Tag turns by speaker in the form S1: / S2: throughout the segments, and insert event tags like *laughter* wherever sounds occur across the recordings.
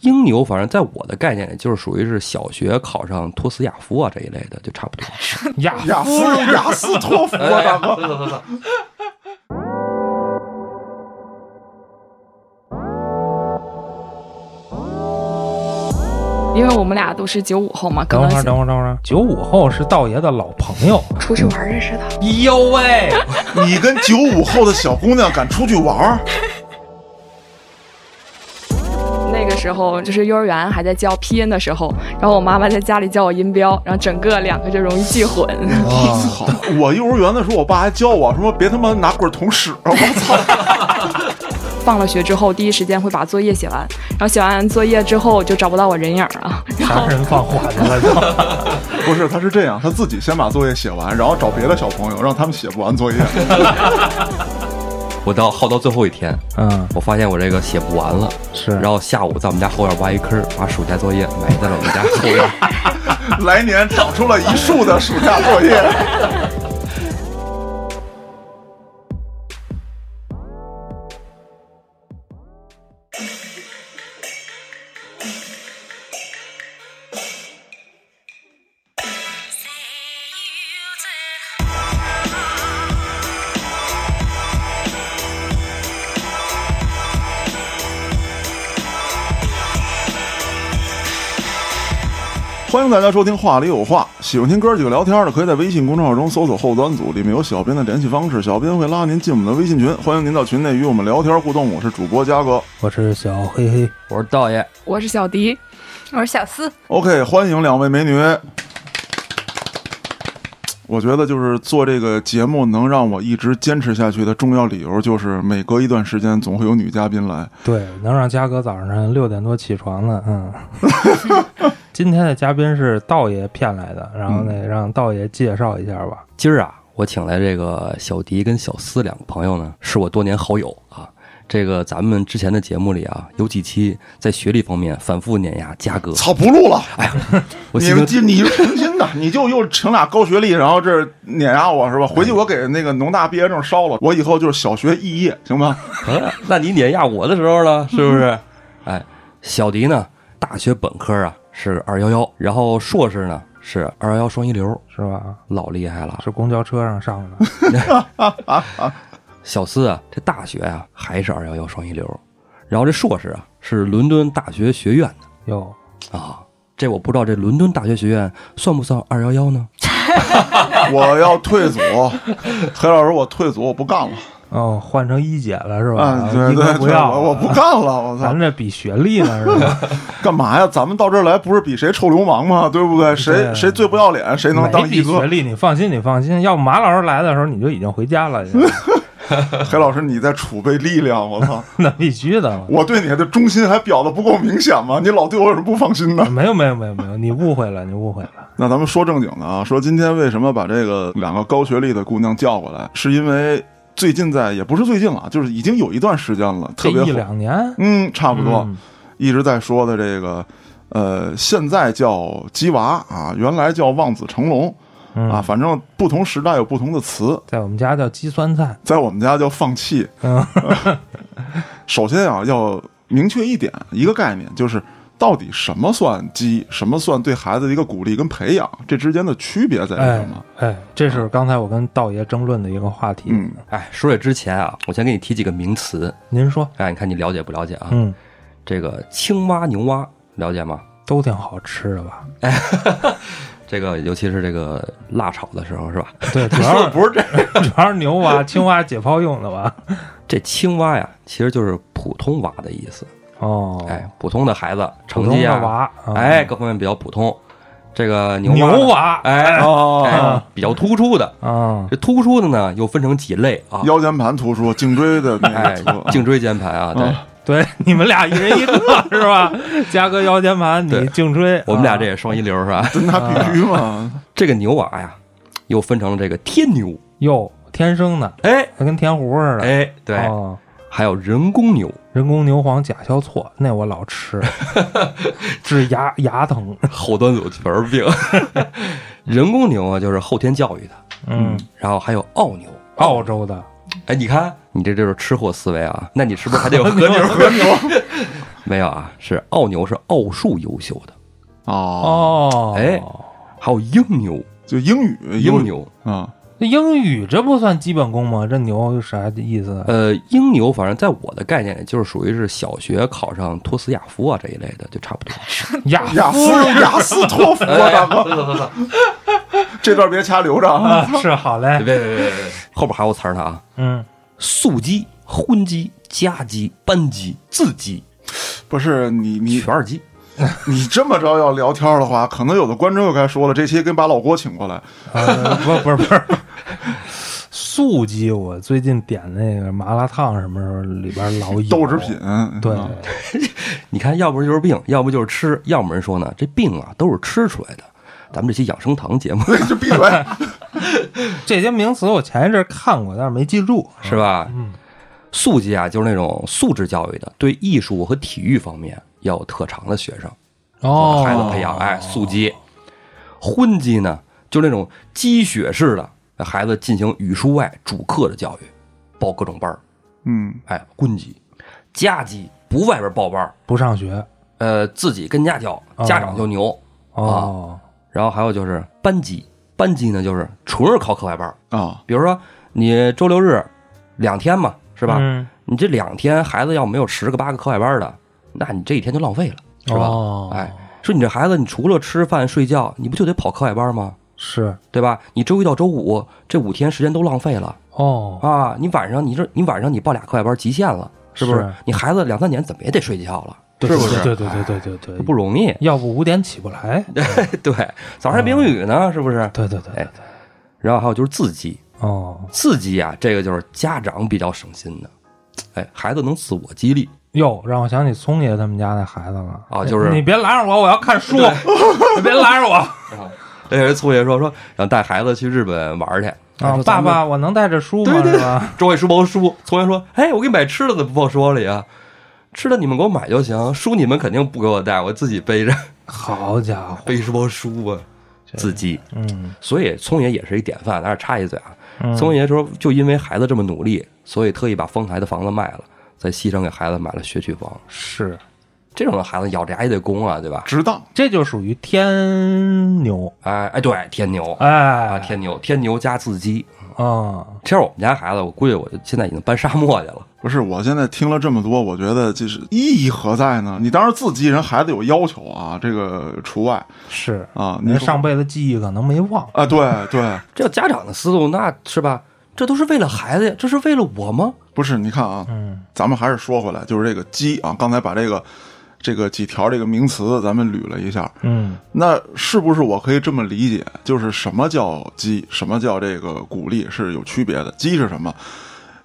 S1: 英牛反正在我的概念里，就是属于是小学考上托斯雅夫啊这一类的，就差不多。
S2: 雅
S3: 雅斯雅斯托夫啊，大哥，
S1: 走走走。
S4: 因为我们俩都是九五后嘛，可
S2: 等会儿，等
S4: 能
S2: 会儿，等会儿，九五后是道爷的老朋友，
S4: 出去玩认识的。
S1: 哎呦喂，
S3: 你跟九五后的小姑娘敢出去玩儿？
S4: 那个时候就是幼儿园还在教拼音的时候，然后我妈妈在家里教我音标，然后整个两个就容易记混。
S3: 操！我幼儿园的时候，我爸还教我说别他妈拿棍儿捅屎啊！我操！
S4: 放了学之后，第一时间会把作业写完，然后写完作业之后就找不到我人影儿了。然
S2: 啥
S4: 后
S2: 人放火去了就？
S3: 不是，他是这样，他自己先把作业写完，然后找别的小朋友让他们写不完 *laughs* 作业。
S1: 我到耗到最后一天，
S2: 嗯，
S1: 我发现我这个写不完了，
S2: 是。
S1: 然后下午在我们家后院挖一坑，把暑假作业埋在了我们家后院。
S3: 来年长出了一树的暑假作业。欢迎大家收听《话里有话》，喜欢听哥几个聊天的，可以在微信公众号中搜索“后端组”，里面有小编的联系方式，小编会拉您进我们的微信群，欢迎您到群内与我们聊天互动。我是主播嘉哥
S2: 我是小黑黑，
S1: *laughs* 我说道爷，
S4: 我是小迪，
S5: 我是小四，
S3: ，OK，欢迎两位美女。我觉得就是做这个节目能让我一直坚持下去的重要理由，就是每隔一段时间总会有女嘉宾来。
S2: 对，能让嘉哥早上六点多起床了，
S3: *laughs*
S2: 嗯。今天的嘉宾是道爷骗来的，然后
S3: 嗯
S2: 呢，让道爷介绍一下吧。
S1: 今儿啊，我请来这个小迪跟小思两个朋友呢，是我多年好友啊。这个咱们之前的节目里啊，有几期在学历方面反复碾压嘉哥，
S3: 操，不录了！
S1: 我
S3: 啊你
S1: 心
S3: 们
S1: 中
S3: 就你就成心的， *laughs* 你就又请俩高学历，然后这儿碾压我是吧？回去我给那个农大毕业证烧了，我以后就是小学肄业，行吗？ *laughs*
S1: 啊那你碾压我的时候呢，是不是？哎，小迪呢，大学本科啊是二幺幺，然后硕士呢是二幺幺双一流，
S2: 是吧？
S1: 老厉害了。
S2: 是公交车上上
S3: *laughs*
S2: 的，
S1: 小思啊，这大学啊还是二幺幺双一流，然后这硕士啊是伦敦大学学院
S2: 哟，
S1: 的啊。这我不知道，这伦敦大学学院算不算二幺幺呢？
S3: 我要退组，黑老师，我退组，我不干了。
S2: 哦，换成一姐了是吧？
S3: 啊，对
S2: 应该
S3: 对
S2: 不
S3: 对，
S2: 要了，
S3: 我我不干了，我
S2: 咱
S3: 操
S2: 们，这比学历呢是
S3: *laughs*
S2: 吧？
S3: 干嘛呀？咱们到这儿来不是比谁臭流氓吗？对不对？谁
S2: 对
S3: 谁最不要脸，谁能
S2: 没
S3: 当一
S2: 比学
S3: 哥？
S2: 历，你放心，你放心。要不马老师来的时候，你就已经回家了，已 *laughs* 经
S3: 黑老师，你在储备力量，我操！
S2: 那必须的。
S3: 我对你的忠心还表的不够明显吗？你老对我有什么不
S2: *laughs*
S3: 放心的？
S2: 没有没有没有没有，你误会了，你误会了。
S3: 那咱们说正经的啊，说今天为什么把这个两个高学历的姑娘叫过来，是因为最近在也不是最近了，啊就是已经有一段时间了，特
S2: 这
S3: 别
S2: 一
S3: 火，
S2: 两年，
S3: 嗯，差不多、
S2: 嗯
S3: 一直在说的这个，呃，现在叫鸡娃啊，原来叫望子成龙
S2: 嗯
S3: 啊，反正不同时代有不同的词，
S2: 在我们家叫鸡酸菜。
S3: 在我们家叫放弃。
S2: 嗯
S3: 首先啊，要明确一点，一个概念，就是到底什么算鸡，什么算对孩子的一个鼓励跟培养，这之间的区别在于
S2: 哎
S3: 什么？
S2: 哎，这是刚才我跟道爷争论的一个话题。
S3: 嗯，
S1: 哎，说这之前啊，我先给你提几个名词，
S2: 您说，
S1: 哎，你看你了解不了解啊？
S2: 嗯，
S1: 这个青蛙、牛蛙了解吗？哎
S2: 都挺好吃的吧？
S1: *laughs* 这个尤其是这个辣炒的时候是吧？ *laughs*
S2: 对，主
S3: 说的
S2: 要
S3: 不是这
S2: 是 *laughs* 主要是牛蛙、青蛙解剖用的吧？
S1: 这青蛙呀，其实就是普通蛙的意思。
S2: 哦，
S1: 哎，普通的孩子
S2: 普
S1: 成
S2: 通
S1: 绩
S2: 的
S1: 啊，
S2: 蛙，啊
S1: 哎，，各方面比较普通。这个牛蛙呢，
S2: 牛蛙，
S1: 哎，
S2: 哦
S1: 哎，比较突出的。
S2: 啊，
S1: 这突出的呢，又分成几类啊？
S3: 腰间盘突出，颈椎的那
S2: *laughs*
S1: 哎
S3: *laughs* 个突出，
S1: 颈椎间盘啊，
S2: 嗯
S1: 对，
S2: 对， *laughs* 你们俩一人一个 *laughs* 是吧？嘉哥腰间盘，
S1: 对
S2: 你颈椎，
S1: 我们俩这
S2: 啊
S1: 也双一流是吧？
S3: 那必须嘛。
S1: 这个牛蛙呀，又分成了这个天牛，
S2: 哟，天生的，
S1: 哎
S2: 它跟天胡似的。
S1: 哎，对，
S2: 哦
S1: 还有人工牛，
S2: 人工牛黄甲硝唑，那我老吃，治牙牙疼。
S1: 后端组全是
S2: *laughs*
S1: 病。人工牛啊，就是后天教育的，
S2: 嗯，
S1: 然后还有澳牛。
S2: 澳洲的，
S1: *laughs* 哎，你看你这就是吃货思维啊，那你是不是还得有和牛？
S3: 和牛，
S1: *laughs* 没有啊，是奥牛是奥数优秀的，
S3: 哦，
S2: 哦，
S1: 哎，还有英牛，
S3: 就英语
S1: 英牛，
S3: 啊，
S2: 那英语这不算基本功吗？这牛有啥意
S1: *laughs*
S2: 思啊？
S1: 呃，英牛反正在我的概念里就是属于是小学考上托斯雅夫啊这一类的，就差 *laughs* 不多。
S2: 雅
S3: 雅思雅思托福啊， *laughs* 大哥，这段别掐留着啊。
S2: 啊，是好嘞
S1: 哎别，别别别别，后边还有词儿呢啊，
S2: 嗯，
S1: 素鸡、荤鸡、家鸡、斑鸡、自鸡、
S3: 不是你你
S1: 全是鸡。
S3: 你这么着要聊天的话，可能有的观众又该说了，这期跟把老郭请过来，
S2: 呃不不是不是，素鸡我最近点那个麻辣烫，什么时候里边老有
S3: 豆制品，
S2: 对，
S3: 嗯
S1: 你看，要不就是病，要不就是吃，要么人说呢，这病啊都是吃出来的。咱们这期养生堂节目
S3: 就闭嘴。
S2: 这些名词我前一阵看过，但是没记住。
S1: 是吧？
S2: 嗯，
S1: 素鸡啊，就是那种素质教育的，对艺术和体育方面要有特长的学生，
S2: 哦，
S1: 孩子培养。哎，素鸡。荤鸡呢，就是那种鸡血式的，让孩子进行语数外主课的教育，报各种班儿。
S3: *laughs* 嗯，
S1: 哎，荤鸡。家鸡不外边报班儿，
S2: 不上学
S1: 呃，自己跟家教，家长就牛。
S2: 哦，
S1: 然后还有就是班级，班级呢就是纯是考课外班儿，
S3: 啊，
S1: 比如说你周六日两天嘛，是
S2: 是
S1: 吧？
S2: 嗯、
S1: 你这两天孩子要没有十个八个课外班儿的，那你这一天就浪费了，是吧？
S2: 哦、
S1: 哎，说你这孩子，你除了吃饭睡觉，你不就得跑课外班儿吗？
S2: 是
S1: 对吧？你周一到周五这五天时间都浪费了
S2: 哦，
S1: 啊！你晚上你这你晚上你报俩课外班儿极限了，是不是？
S2: 是
S1: 你孩子两三年怎么也得睡觉了，
S2: 对
S3: 是不是
S2: 对对对对对对对，
S1: 不容
S2: *laughs*
S1: 易。
S2: 要不五点起不来。
S1: 对，早上还冰雨呢，
S2: 嗯
S1: 是不是？
S2: 对对对对
S1: 哎，然后还有就是自己，
S2: 哦，
S1: 刺激啊，这个就是家长比较省心的。哎，孩子能自我激励
S2: 哟，让我想起聪爷他们家那孩子了
S1: 啊就是
S2: 你别拦着我，我要看书， *laughs* 你别拦着我
S1: 啊。这人醋爷说说想带孩子去日本玩去哎
S2: 啊！爸，爸，我能带着书吗？是吧？ *laughs*
S1: 周伟书包书，醋爷说，哎，我给你买吃的，怎么不报书包里啊？吃的你们给我买就行，书你们肯定不给我带，我自己背着
S2: 好家伙，
S1: 背书包书
S2: *laughs*
S1: 啊，自己。
S2: 嗯，
S1: 所以聪爷也是一典范，但是插一嘴啊，
S2: 嗯
S1: 聪爷说就因为孩子这么努力，所以特意把丰台的房子卖了，在西城给孩子买了学区房。
S2: 是，
S1: 这种的孩子咬着牙也得攻啊，对吧？
S3: 值当。
S2: 这就属于天牛，
S1: 哎哎，对，天牛啊，
S2: 哎，
S1: 天牛，天牛加自鸡。
S2: 啊，
S1: 其实我们家孩子，我估计我就现在已经搬沙漠去了。
S3: 不是，我现在听了这么多，我觉得就是意义何在呢？你当然自己人孩子有要求啊，这个除外
S2: 是，
S3: 啊。你
S2: 您上辈子记忆可能没忘，
S3: 啊，对对，
S1: 这家长的思路，那是吧？这都是为了孩子呀，这是为了我吗？
S3: 不是，你看啊，
S2: 嗯，
S3: 咱们还是说回来，就是这个鸡啊，刚才把这个这个几条这个名词咱们捋了一下，
S2: 嗯，
S3: 那是不是我可以这么理解，就是什么叫鸡，什么叫这个鼓励是有区别的？鸡是什么？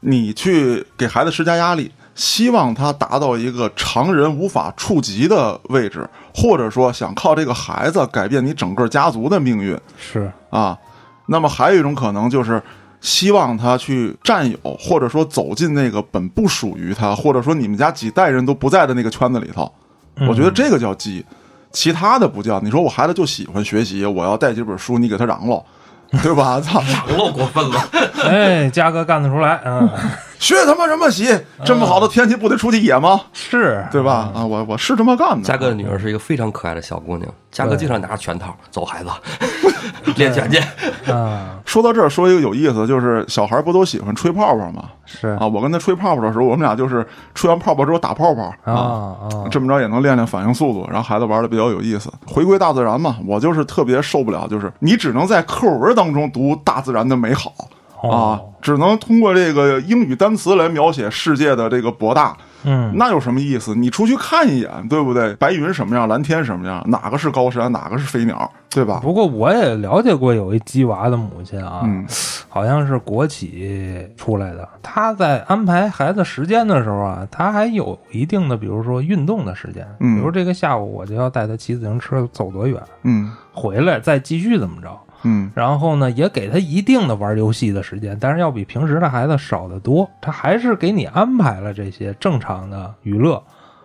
S3: 你去给孩子施加压力，希望他达到一个常人无法触及的位置，或者说想靠这个孩子改变你整个家族的命运
S2: 是，
S3: 啊。那么还有一种可能就是。希望他去占有，或者说走进那个本不属于他，或者说你们家几代人都不在的那个圈子里头，
S2: 嗯
S3: 我觉得这个叫鸡，其他的不叫。你说我孩子就喜欢学习，我要带几本书，你给他嚷喽，
S2: *laughs*
S3: 对吧？操，
S1: 老过分 *laughs* 了。
S2: 哎，嘉哥干得出来，嗯，
S3: 学他妈什么习？这么好的天气不得出去野吗？
S2: 是，
S3: 对吧？啊，我我是这么干的。
S1: 嘉哥的女儿是一个非常可爱的小姑娘，嘉哥经常拿着拳套走孩子， *laughs* 练拳去。
S2: 啊，
S3: 说到这儿，说一个有意思的，就是小孩不都喜欢吹泡泡吗？
S2: 是，
S3: 啊，我跟他吹泡泡的时候，我们俩就是吹完泡泡之后打泡泡
S2: 啊啊，
S3: 这么着也能练练反应速度，然后孩子玩的比较有意思。回归大自然嘛，我就是特别受不了，就是你只能在课文当中读大自然的美好、啊
S2: 哦，
S3: 只能通过这个英语单词来描写世界的这个博大，
S2: 嗯，
S3: 那有什么意思？你出去看一眼，对不对？白云什么样，蓝天什么样，哪个是高山，哪个是飞鸟，对吧？
S2: 不过我也了解过有一鸡娃的母亲啊，
S3: 嗯，
S2: 好像是国企出来的。她在安排孩子时间的时候啊，她还有一定的，比如说运动的时间，
S3: 嗯
S2: 比如这个下午我就要带他骑自行车走多远，
S3: 嗯
S2: 回来再继续怎么着。
S3: 嗯
S2: 然后呢，也给他一定的玩游戏的时间，但是要比平时的孩子少得多。他还是给你安排了这些正常的娱乐，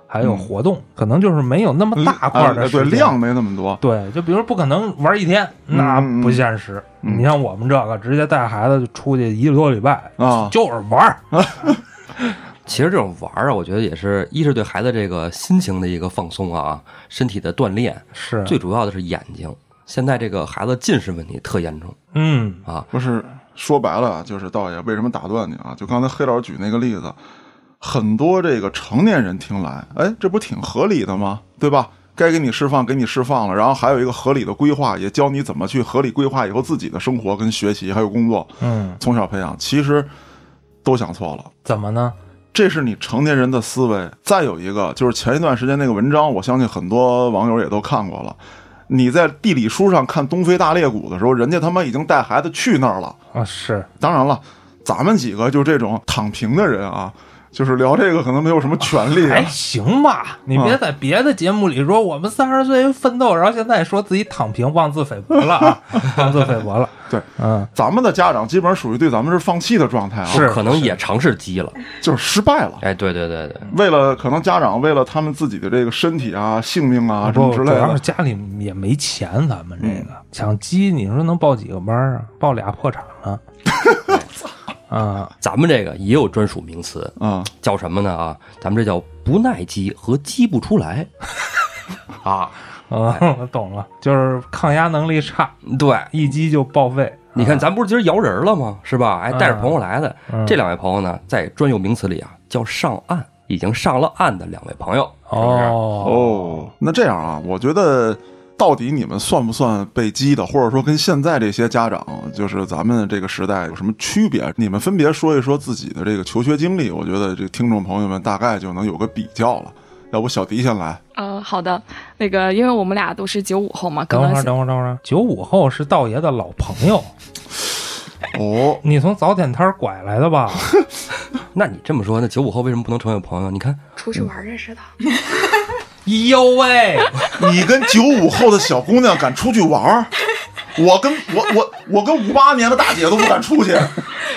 S2: 还有活动，可能就是没有那么大块
S3: 哎
S2: 的时
S3: 嗯对
S2: 间、
S3: 量没那么多。
S2: 对，就比如不可能玩一天，那
S3: 嗯嗯
S2: 不现实。
S3: 嗯
S2: 你像我们这个，直接带孩子就出去一个多礼拜，
S3: 啊
S2: 就是玩儿。
S1: 其实这种玩儿啊，我觉得也是一是对孩子这个心情的一个放松啊，身体的锻炼，
S2: 是
S1: 最主要的是眼睛。现在这个孩子近视问题特严重
S2: 嗯
S1: 啊，
S3: 不是说白了啊，就是道爷为什么打断你啊？就刚才黑老师举那个例子，很多这个成年人听来，哎，这不挺合理的吗？对吧？该给你释放，给你释放了，然后还有一个合理的规划，也教你怎么去合理规划以后自己的生活、跟学习还有工作，
S2: 嗯，
S3: 从小培养。其实都想错了。
S2: 怎么呢？
S3: 这是你成年人的思维。再有一个，就是前一段时间那个文章，我相信很多网友也都看过了。你在地理书上看东非大裂谷的时候，人家他妈已经带孩子去那儿了。
S2: 啊，是
S3: 当然了，咱们几个就这种躺平的人啊，就是聊这个可能没有什么权利、
S2: 还
S3: 啊。
S2: 哎行吧。你别在别的节目里说我们三十岁奋斗，然后现在说自己躺平，妄自菲薄了
S3: *laughs*
S2: 啊，妄自菲薄了。
S3: 对，
S2: 嗯，
S3: 咱们的家长基本上属于对咱们是放弃的状态啊，
S2: 是
S1: 可能也尝试激了。
S3: 就是失败了。
S1: 哎，对对对对，
S3: 为了可能家长为了他们自己的这个身体啊、性命啊什么
S2: 不，
S3: 之
S2: 主
S3: 类
S2: 要
S3: 的
S2: 哦
S3: 嗯
S2: 是，家里也没钱，咱们这个抢鸡，你说能报几个班儿啊？报俩破场
S3: *laughs*
S2: 呢。啊，
S1: 咱们这个也有专属名词，
S3: 嗯，
S1: 叫什么呢？啊，咱们这叫不耐激和激不出来 *laughs* 啊。
S2: *laughs* 啊，我懂了，就是抗压能力差，
S1: 对，
S2: 一击就报废。
S1: 你看，咱不是今儿摇人了吗？是吧？哎，带着朋友来的、
S2: 嗯
S1: 这两位朋友呢，在专有名词里啊叫上岸，已经上了岸的两位朋友。是不是，
S2: 哦，
S3: 哦，那这样啊，我觉得到底你们算不算被激的，或者说跟现在这些家长，就是咱们这个时代有什么区别？你们分别说一说自己的这个求学经历，我觉得这听众朋友们大概就能有个比较了。要不小迪先来，
S4: 呃，好的，那个，因为我们俩都是九五后嘛，可
S2: 等会儿，
S4: 能
S2: 等会儿，等会儿，九五后是道爷的老朋友，
S3: 哦，
S2: *laughs* 你从早点摊儿拐来的 *laughs* 吧？
S1: 那你这么说，那九五后为什么不能成为朋友？你看，
S4: 出去玩认识的。
S2: 呦喂，
S3: 你跟九五后的小姑娘敢出去玩儿？我跟我我我跟五八年的大姐都不敢出去。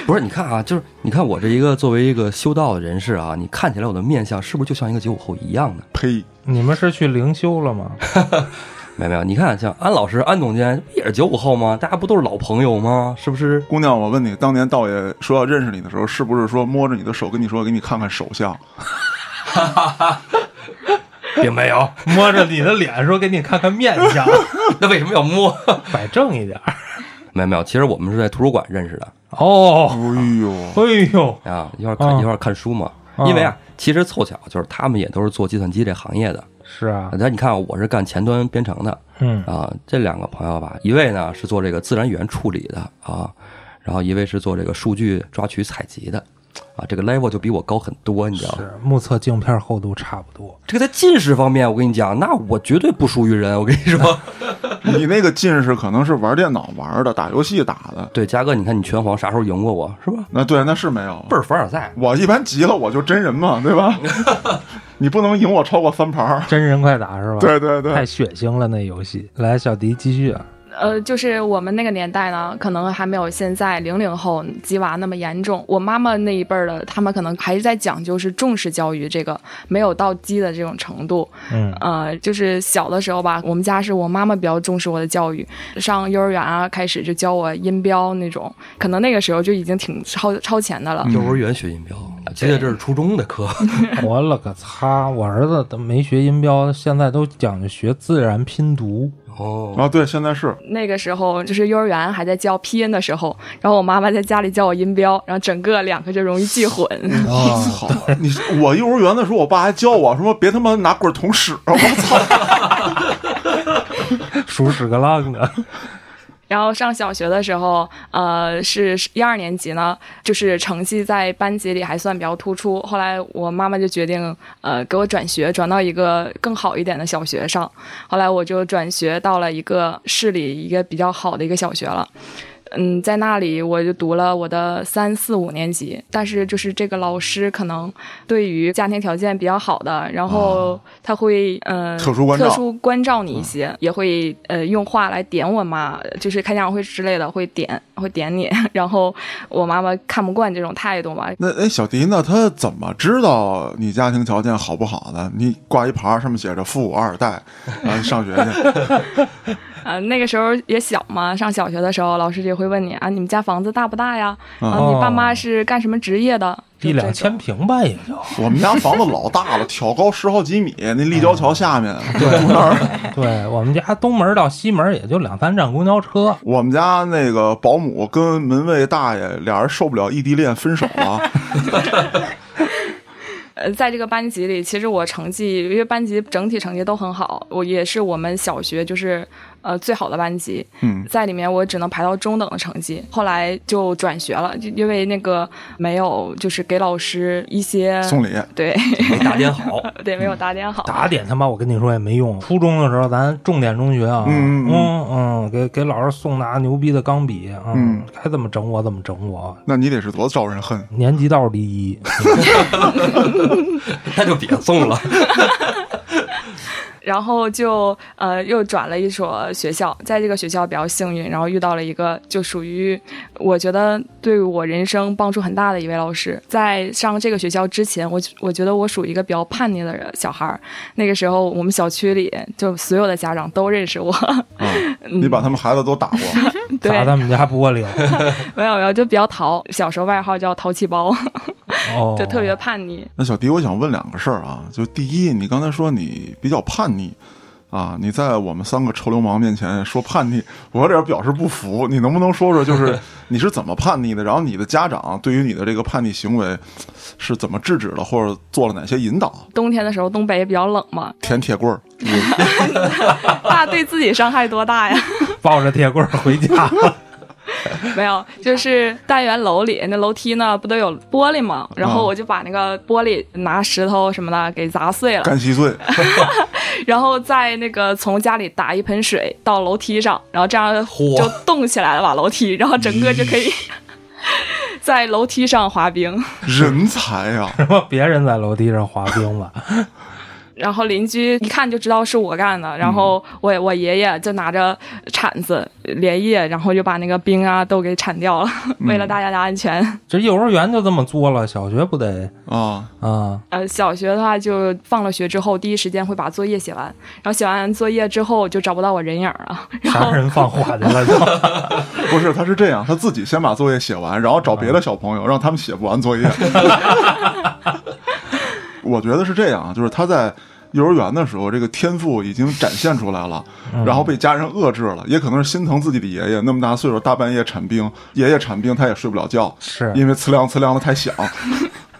S1: 不是，你看啊，就是你看我这一个作为一个修道的人士啊，你看起来我的面相是不是就像一个九五后一样呢？
S3: 呸！
S2: *laughs* 你们是去灵修了吗？
S1: 没有没有，你看像安老师、安总监也是九五后吗？大家不都是老朋友吗？是不是？
S3: 姑娘，我问你，当年道爷说要认识你的时候，是不是说摸着你的手跟你说给你看看手相？
S1: 并没有，
S2: *laughs* 摸着你的脸说给你看看面 *laughs* 相，
S1: 那为什么要摸？ *laughs*
S2: 摆正一点儿。
S1: 没有没有，其实我们是在图书馆认识的
S2: 哦，
S3: 哎呦，
S2: 哎呦，
S1: 啊，一块儿看、
S2: 啊
S1: 一块儿看书嘛。
S2: 啊
S1: 因为啊，其实凑巧就是他们也都是做计算机这行业的。
S2: 是啊，
S1: 但你看啊，我是干前端编程的
S2: 嗯，
S1: 啊，这两个朋友吧，一位呢是做这个自然语言处理的啊，然后一位是做这个数据抓取采集的啊，这个 level 就比我高很多，你知道吗？
S2: 是目测镜片厚度差不多。
S1: 这个在近视方面，我跟你讲，那我绝对不输于人，我跟你
S2: 嗯
S1: 说。
S3: 你那个近视可能是玩电脑玩的，打游戏打的。
S1: 对，嘉哥，你看你拳皇啥时候赢过我是吧？
S3: 那对，那是没有。
S1: 倍儿凡尔赛，
S3: 我一般急了我就真人嘛，对 *laughs* 吧？你不能赢我超过三盘儿。
S2: 真人快打是吧？
S3: 对对对
S2: 太，血腥了那游戏。来，小迪继续啊。
S4: 呃，就是我们那个年代呢，可能还没有现在零零后鸡娃那么严重。我妈妈那一辈儿的，他们可能还是在讲究是重视教育这个，没有到鸡的这种程度。
S2: 嗯
S4: 呃，就是小的时候吧，我们家是我妈妈比较重视我的教育，上幼儿园啊开始就教我音标那种，可能那个时候就已经挺超超前的
S2: 嗯
S4: 了。
S1: 幼儿园学音标，我记得这是初中的课。
S2: 我了个擦！我儿子都没学音标，现在都讲究学自然拼读。
S1: 哦，
S3: 啊，对，现在是
S4: 那个时候就是幼儿园还在教拼音的时候，然后我妈妈在家里教我音标，然后整个两个就容易记混。
S3: 我操！你我幼儿园的时候，我爸还教我说别他妈拿棍儿捅屎，啊我操！
S2: 鼠屎个浪的，
S4: 然后上小学的时候，呃，是一二年级呢，就是成绩在班级里还算比较突出。后来我妈妈就决定，呃，给我转学，转到一个更好一点的小学上。后来我就转学到了一个市里一个比较好的一个小学了。嗯，在那里我就读了我的三四五年级，但是就是这个老师可能对于家庭条件比较好的，然后他会呃
S3: 哦特殊关照嗯
S4: 特殊关照你一些，也会呃用话来点我妈，就是开家长会之类的会点会点你， *laughs* 然后我妈妈看不惯这种态度嘛，
S3: 那哎，小迪，那他怎么知道你家庭条件啊好不好的？你挂一牌儿上面写着“富二代”，然后上学去。
S4: 呃，那个时候也小嘛，上小学的时候，老师就会问你啊，你们家房子大不大呀？
S3: 嗯
S4: 啊，你爸妈是干什么职业的？
S2: *laughs*
S4: 就
S2: 一两
S4: 这种
S2: 千平吧，也就
S3: 我们家房子老大了，挑高十好几米，那立交桥下面就住那儿。
S2: 对我们家东门到西门也就两三站公交车，
S3: 我们家那个保姆跟门卫大爷俩人受不了异地恋分手了。
S4: 呃，在这个班级里，其实我成绩，因为班级整体成绩都很好，我也是我们小学就是呃最好的班级，
S3: 嗯，
S4: 在里面我只能排到中等的成绩，后来就转学了，就因为那个没有就是给老师一些
S3: 送礼
S4: 对 *laughs*
S1: 没打点好，
S4: 对没有打点好，
S2: 打点他妈我跟你说也没用。初中的时候咱重点中学啊，
S3: 嗯嗯
S2: 嗯嗯给给老师送拿牛逼的钢笔，
S3: 嗯，
S2: 该怎么整我怎么整我，
S3: 那你得是多招人恨。啊
S2: 年级倒数第一。
S1: 那就别送了。
S4: 然后就呃又转了一所学校，在这个学校比较幸运，然后遇到了一个就属于我觉得对我人生帮助很大的一位老师。在上这个学校之前，我我觉得我属于一个比较叛逆的人小孩儿。那个时候我们小区里就所有的家长都认识我， *laughs*
S3: 啊！你把他们孩子都打过，
S4: 对，
S2: 砸他们家玻璃，
S4: 没有没有，就比较淘，小时候外号叫淘气包，
S2: 哦，
S4: 就特别叛逆。
S3: 那小迪，我想问两个事儿啊，就第一，你刚才说你比较叛逆，啊，你在我们三个臭流氓面前说叛逆，我有点表示不服。你能不能说说，就是你是怎么叛逆的？然后你的家长对于你的这个叛逆行为是怎么制止的，或者做了哪些引导？
S4: 冬天的时候，东北也比较冷嘛，
S3: 舔铁棍儿，
S4: 爸对自己伤害多大呀？
S2: 抱着铁棍儿回家了。
S4: *laughs* 没有，就是单元楼里那楼梯呢，不都有玻璃吗？然后我就把那个玻璃拿石头什么的给砸碎了，
S3: 干稀碎，
S4: 然后再那个从家里打一盆水到楼梯上，然后这样
S1: 嚯
S4: 就冻起来了吧楼梯，然后整个就可以 *laughs* 在楼梯上滑冰。
S3: 人才啊呀、
S2: 什么别人在楼梯上滑冰了，
S4: 然后邻居一看就知道是我干的，然后我我爷爷就拿着铲子连夜，然后就把那个冰啊都给铲掉了， *laughs* 为了大家的安全。
S2: 这幼儿园就这么作了，小学不得
S3: 啊！
S2: 啊？
S4: 呃，小学的话就放了学之后，第一时间会把作业写完，然后写完作业之后就找不到我人影儿了。 *laughs* 然
S2: 杀
S4: 后
S2: 人放火去了
S4: *laughs*
S2: 就，
S3: *laughs* 不是，他是这样，他自己先把作业写完，然后找别的小朋友让他们写不完作业。 *laughs* 我觉得是这样啊，就是他在幼儿园的时候，这个天赋已经展现出来了，然后被家人遏制了，也可能是心疼自己的爷爷那么大岁数，大半夜铲冰，爷爷铲冰他也睡不了觉，
S2: 是
S3: 因为呲凉呲凉的太响。 *laughs*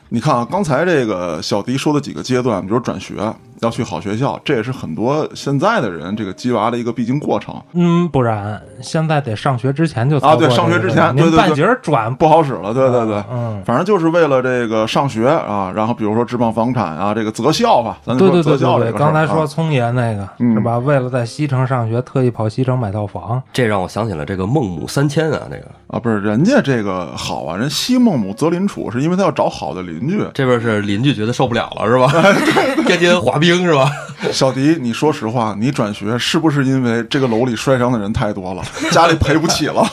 S3: 你看啊，刚才这个小迪说的几个阶段，比如转学要去好学校，这也是很多现在的人这个鸡娃的一个必经过程。
S2: 嗯，不然现在得上学之前就
S3: 啊
S2: 操
S3: 对
S2: 作
S3: 上学
S2: 这个
S3: 之前
S2: 问题
S3: 对
S2: 您
S3: 对
S2: 半
S3: 对
S2: 截儿转不
S3: *laughs* 不好使了，对对对，
S2: 嗯
S3: 反正就是为了这个上学啊，然后比如说职棒房产啊，这个择校吧，咱
S2: 对
S3: 就说
S2: 对
S3: 择
S2: 对
S3: 校
S2: 对对，
S3: 这个事儿啊
S2: 刚才说聪爷那个、
S3: 嗯
S2: 是吧？为了在西城上学，特意跑西城买套房，
S1: 这让我想起了这个孟母三迁啊，这个
S3: 啊，不是人家这个好啊，人西孟母择邻处是因为他要找好的邻居。
S1: 这边是邻居觉得受不了了是吧？ *laughs* 天天滑冰是吧？ *laughs*
S3: 小迪，你说实话，你转学是不是因为这个楼里摔伤的人太
S2: *laughs*
S3: 多了，家里赔不起了？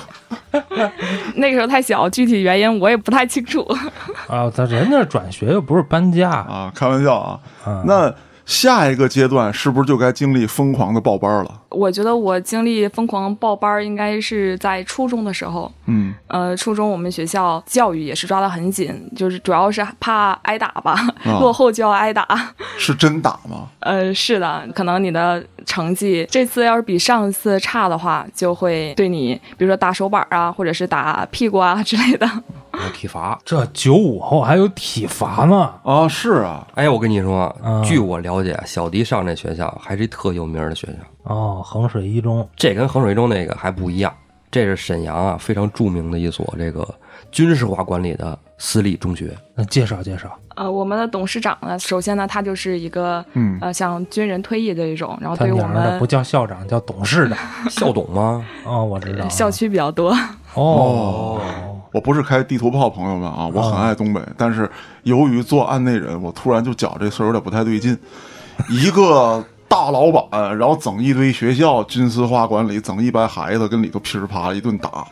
S4: 那个时候太小，具体原因我也不太清楚。 *laughs*
S2: 啊，他人家转学又不是搬家，
S3: 啊，开玩笑啊。
S2: 嗯
S3: 那下一个阶段是不是就该经历疯狂的报班了？
S4: 我觉得我经历疯狂报班儿应该是在初中的时候。
S3: 嗯，
S4: 呃，初中我们学校教育也是抓得很紧，就是主要是怕挨打吧，
S3: 啊
S4: 落后就要挨打。
S3: 是真打吗？
S4: 呃，是的，可能你的成绩这次要是比上一次差的话，就会对你，比如说打手板啊，或者是打屁股啊之类的。
S1: 体罚。
S2: 这九五后还有体罚呢，
S3: 啊，是啊，
S1: 哎，我跟你说
S2: 嗯，
S1: 据我了解，啊小迪上这学校还是一特有名儿的学校，
S2: 哦，衡水一中
S1: 这跟衡水一中那个还不一样，这是沈阳啊非常著名的一所这个军事化管理的私立中学。 *laughs*
S2: 那嗯介绍介绍，
S4: 呃，我们的董事长呢，首先呢，他就是一个，
S3: 嗯
S4: 呃，像军人退役的一种，然后
S2: 他
S4: 对于我
S2: 娘的
S4: 们
S2: 不叫校长叫董事长，
S1: 校董吗？
S2: 哦，我知道了，
S4: *laughs* 校区比较多。
S2: 哦，
S3: 我不是开地图炮，朋友们啊，我很爱东北，但是由于做案内人，我突然就觉这事儿有点不太对劲。一个大老板，然后整一堆学校军事化管理，整一帮孩子跟里头噼里啪啦一顿打，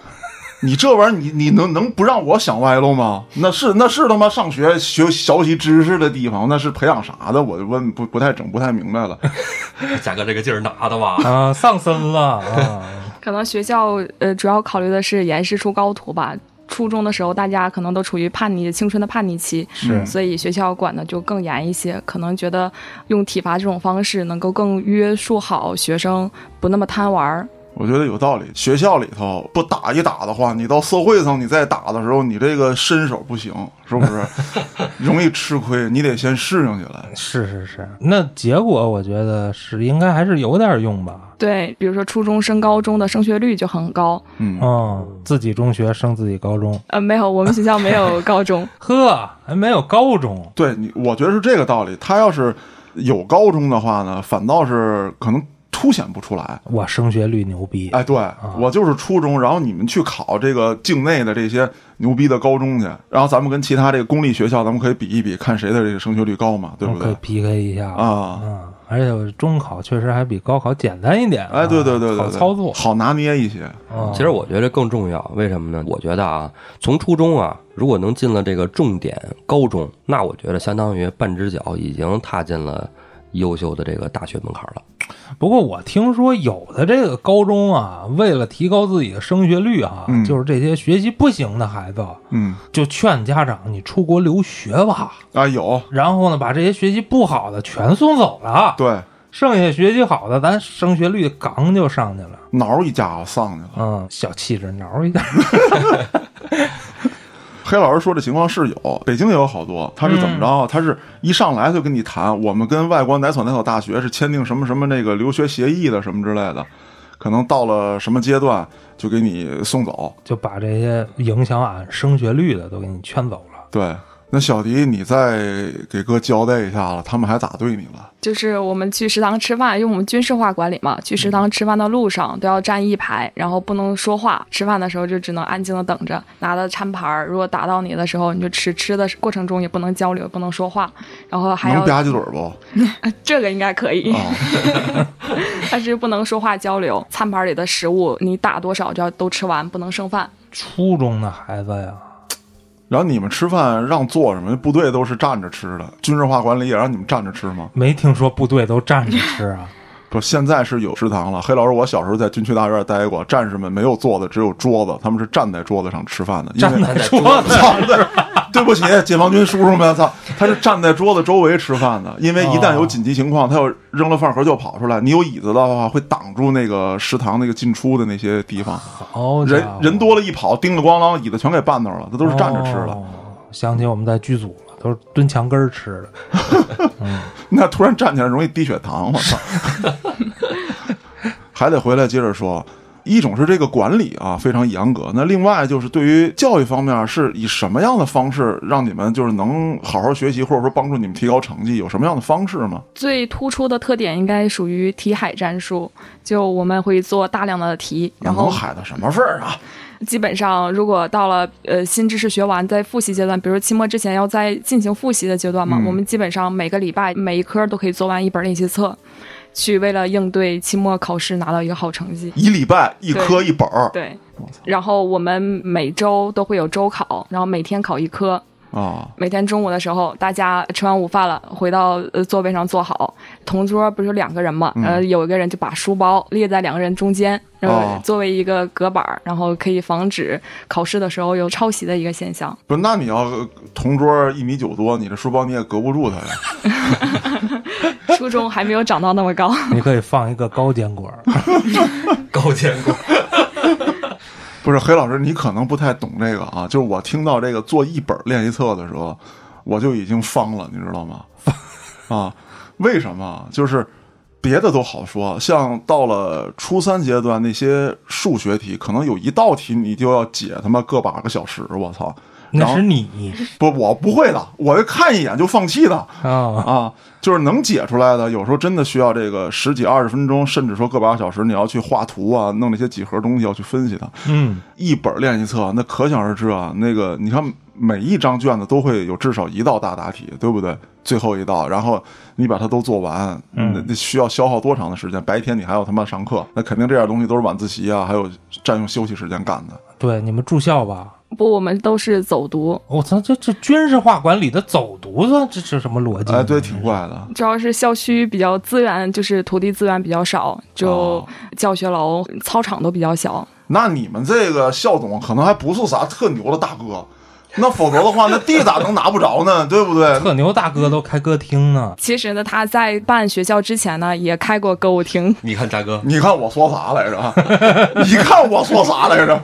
S3: 你这玩意儿，你你能能不让我想歪喽吗？那是那是他妈上学学学习知识的地方，那是培养啥的？我就问不不太整不太明白了。
S1: 贾哥这个劲儿拿的吧？
S2: 啊，上身了啊，
S4: 可能学校呃主要考虑的是延时出高途吧。初中的时候，大家可能都处于叛逆青春的叛逆期，
S3: 是
S4: 所以学校管的就更严一些。可能觉得用体罚这种方式能够更约束好学生，不那么贪玩儿。
S3: 我觉得有道理。学校里头不打一打的话，你到社会上你再打的时候，你这个身手不行，是
S2: *laughs*
S3: 不是？容易吃亏，你得先适应起来。
S2: 是是是，那结果我觉得是应该还是有点用吧。
S4: 对，比如说初中升高中的升学率就很高。
S3: 嗯，
S2: 嗯，自己中学升自己高中，
S4: 呃，没有，我们学校没
S2: *laughs*
S4: 有高中。
S2: 呵，还没有高中，
S3: 对你，我觉得是这个道理。他要是有高中的话呢，反倒是可能凸显不出来。
S2: 我升学率牛逼，
S3: 哎，对
S2: 啊
S3: 我就是初中，然后你们去考这个境内的这些牛逼的高中去，然后咱们跟其他这个公立学校，咱们可以比一比，看谁的这个升学率高嘛，对
S2: 我哦
S3: 不
S2: 可
S3: 对
S2: 以？PK 一下。
S3: 啊，
S2: 嗯，而且我中考确实还比高考简单一点啊。
S3: 哎，对对对对，
S2: 好
S3: 对
S2: 操作。
S3: 好拿捏一些。
S2: 嗯
S1: 其实我觉得更重要，为什么呢？我觉得啊，从初中啊，如果能进了这个重点高中，那我觉得相当于半只脚已经踏进了优秀的这个大学门槛了。
S2: 不过我听说有的这个高中啊，为了提高自己的升学率啊，
S3: 嗯
S2: 就是这些学习不行的孩子，
S3: 嗯，
S2: 就劝家长你出国留学吧，
S3: 啊，有，
S2: 然后呢，把这些学习不好的全送走了，
S3: 对，
S2: 剩下学习好的，咱升学率杠就上去了。
S3: 挠一家伙上去了。
S2: 嗯，小气质挠一下， *laughs*
S3: 黑老师说这情况是有，北京也有好多。他是怎么着啊？他是一上来就跟你谈，我们跟外国哪所哪所大学是签订什么什么那个留学协议的，什么之类的。可能到了什么阶段就给你送走。
S2: 就把这些影响俺升学率的都给你劝走了。
S3: 对，那小迪，你再给哥交代一下了，他们还咋对你了？
S4: 就是我们去食堂吃饭，因为我们军事化管理嘛，去
S3: 嗯
S4: 食堂吃饭的路上都要站一排，然后不能说话。吃饭的时候就只能安静的等着，拿着餐盘儿。如果打到你的时候，你就吃，吃的过程中也不能交流，不能说话，然后还嗯
S3: 能
S4: 要
S3: 吧唧嘴儿不？
S4: 这个应该可以，
S3: 啊，
S4: 但是不能说话交流。餐盘里的食物你打多少就要都吃完，不能剩饭。
S2: 初中的孩子呀，
S3: 然后你们吃饭让坐什么？部队都是站着吃的，军事化管理也让你们站着吃吗？
S2: 没听说部队都站着吃啊。
S3: 不，现在是有食堂了。黑老师，我小时候在军区大院待过，战士们没有桌子，只有桌子，他们是站在桌子上吃饭的。因为
S2: 站在
S3: *laughs*
S2: 桌子
S3: 操，对， *laughs* 对不起，解放军叔叔们，操，他是站在桌子周围吃饭的，因为
S2: 哦
S3: 一旦有紧急情况，他要扔了饭盒就跑出来，你有椅子的话会挡住那个食堂那个进出的那些地方，
S2: 好家
S3: 人
S2: 伙哦
S3: 人多了一跑，叮了咣啷，椅子全给绊那儿了，他都是站着吃的。
S2: 哦想起我们在剧组了，都是蹲墙根儿吃的。
S3: *laughs* 那突然站起来容易低血糖，我
S4: *laughs*
S3: 操！还得回来接着说。一种是这个管理啊非常严格，那另外就是对于教育方面是以什么样的方式让你们就是能好好学习，或者说帮助你们提高成绩，有什么样的方式吗？
S4: 最突出的特点应该属于题海战术，就我们会做大量的题，然后
S3: 能海到什么份儿啊？
S4: 基本上，如果到了呃新知识学完，在复习阶段，比如期末之前要在进行复习的阶段嘛，
S3: 嗯
S4: 我们基本上每个礼拜每一科都可以做完一本练习册，去为了应对期末考试拿到一个好成绩。
S3: 一礼拜一科一本儿
S4: 对，然后我们每周都会有周考，然后每天考一科。
S3: 啊，
S4: 每天中午的时候，大家吃完午饭了，回到呃座位上坐好。同桌不是两个人嘛，
S3: 嗯
S4: 呃，有一个人就把书包列在两个人中间，然后
S3: 哦
S4: 作为一个隔板儿，然后可以防止考试的时候有抄袭的一个现象。
S3: 不是，那你要同桌一米九多，你这书包你也隔不住他呀。
S4: 初中还没有长到那么高， *laughs*
S2: 你可以放一个高坚果儿，
S3: *laughs*
S1: 高见过，
S3: 不是黑老师，你可能不太懂这个啊。就是我听到这个做一本练习册的时候，我就已经方了，你知道吗？ *laughs* 啊，为什么？啊就是别的都好说，像到了初三阶段那些数学题，可能有一道题你就要解他妈个把个小时，我操！
S2: 那
S3: 然后
S2: 是你
S3: 不，我不会的，我就看一眼就放弃的。
S2: 啊。
S3: 啊，就是能解出来的，有时候真的需要这个十几二十分钟，甚至说个把小时，你要去画图啊，弄那些几何东西要去分析它。
S2: 嗯，
S3: 一本练习册，那可想而知啊，那个你看每一张卷子都会有至少一道大答题，对不对？最后一道，然后你把它都做完，
S2: 嗯
S3: 那那需要消耗多长的时间？白天你还要他妈上课，那肯定这点东西都是晚自习啊，还有占用休息时间干的。
S2: 对，你们住校吧？
S4: 不，我们都是走读，
S2: 我操，这这军事化管理的走读子，这这什么逻辑？
S3: 哎，对，挺怪的。
S4: 主要是校区比较资源，就是土地资源比较少，就
S3: 哦
S4: 教学楼、操场都比较小。
S3: 那你们这个校总可能还不是啥特牛的大哥，那否则的话，那地咋能拿不着呢？对不对？
S2: 特牛大哥都开歌厅呢。
S4: 其实呢，他在办学校之前呢，也开过歌舞厅。
S1: 你看大哥，
S3: 你看我说啥来着？ *laughs* 你看我说啥来着？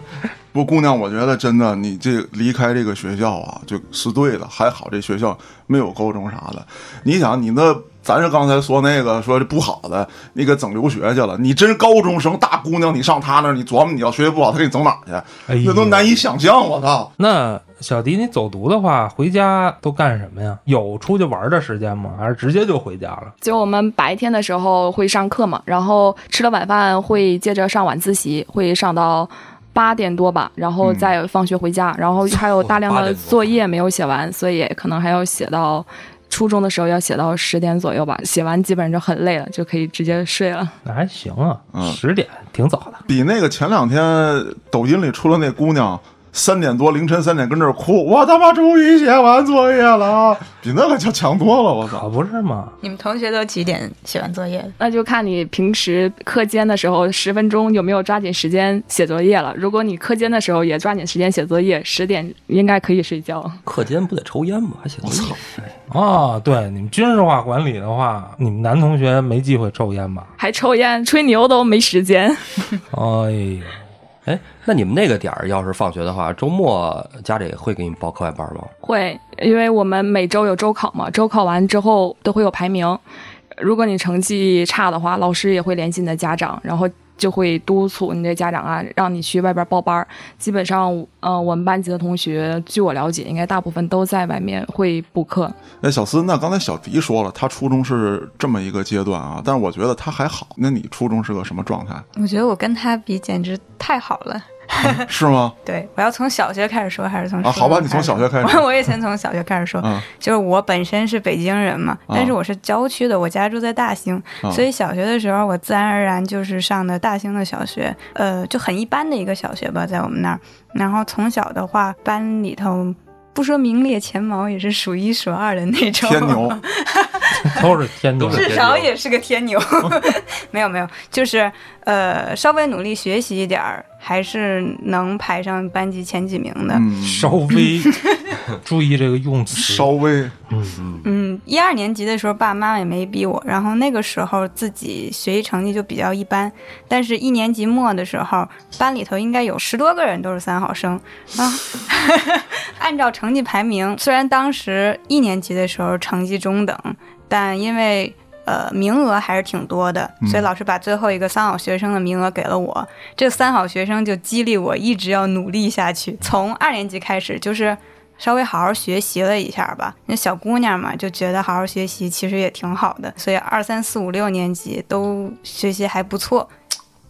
S3: 不，姑娘，我觉得真的，你这离开这个学校啊，就是对的。还好这学校没有高中啥的。你想，你那咱是刚才说那个说这不好的，你给整留学去了。你真高中生大姑娘，你上他那儿，你琢磨你要学习不好，他给你整哪儿去？
S2: 哎呦
S3: 那都难以想象，我操！
S2: 那小迪，你走读的话，回家都干什么呀？有出去玩的时间吗？还是直接就回家了？
S4: 就我们白天的时候会上课嘛，然后吃了晚饭会接着上晚自习，会上到八点多吧，然后再放学回家，然后还有大量
S1: 8
S4: 的
S1: 点多
S4: 作业没有写完，所以可能还要写到初中的时候要写到十点左右吧，写完基本上就很累了，就可以直接睡了。
S2: 那还行啊，
S3: 嗯
S2: 十点挺早的。
S3: 比那个前两天抖音里出了那姑娘。三点多，凌晨三点跟这儿哭，我他妈终于写完作业了，啊比那个就强多了，我操！
S2: 可不是嘛，
S5: 你们同学都几点写完作业的？
S4: 那就看你平时课间的时候十分钟有没有抓紧时间写作业了。如果你课间的时候也抓紧时间写作业，十点应该可以睡觉。
S1: 课间不得抽烟吗？还写作业？
S2: 哦，对，你们军事化管理的话，你们男同学没机会抽烟吧？
S4: 还抽烟吹牛都没时间。
S2: 哎呦，
S1: 哎，那你们那个点儿要是放学的话，周末家里会给你们报课外班吗？
S4: 会，因为我们每周有周考嘛，周考完之后都会有排名。如果你成绩差的话，老师也会联系你的家长，然后就会督促你的家长啊，让你去外边报班儿。基本上，呃，我们班级的同学，据我了解，应该大部分都在外面会补课。
S3: 哎，小思，那刚才小迪说了，他初中是这么一个阶段啊，但是我觉得他还好。那你初中是个什么状态？
S5: 我觉得我跟他比简直太好了。
S3: 是吗？
S5: 对，我要从小学开始说，还是从
S3: 啊，
S5: 初
S3: 好吧，
S5: 中
S3: 你从小学开始
S5: 开 *laughs* 始。我也先从小学开始说，
S3: 啊，
S5: 就是我本身是北京人嘛，
S3: 啊
S5: 但是我是郊区的，我家住在大兴，
S3: 啊
S5: 所以小学的时候我自然而然就是上的大兴的小学，呃，就很一般的一个小学吧，在我们那儿。然后从小的话，班里头不说名列前茅，也是数一数二的那种。
S3: 天牛
S2: 都是天津
S1: 都是
S5: 至少也是个
S1: *laughs*
S5: 天牛，没有没有，就是呃稍微努力学习一点儿，还是能排上班级前几名的。
S3: *laughs* 嗯，
S2: 稍微注意这个用词。
S3: 稍微
S5: 嗯，一二年级的时候，爸爸妈妈也没逼我，然后那个时候自己学习成绩就比较一般，但是一年级末的时候，班里头应该有十多个人都是三好生啊。 *laughs* 按照成绩排名，虽然当时一年级的时候成绩中等，但因为呃名额还是挺多的，所以老师把最后一个三好学生的名额给了我。这三好学生就激励我一直要努力下去。从二年级开始，就是稍微好好学习了一下吧。那小姑娘嘛，就觉得好好学习其实也挺好的，所以二三四五六年级都学习还不错。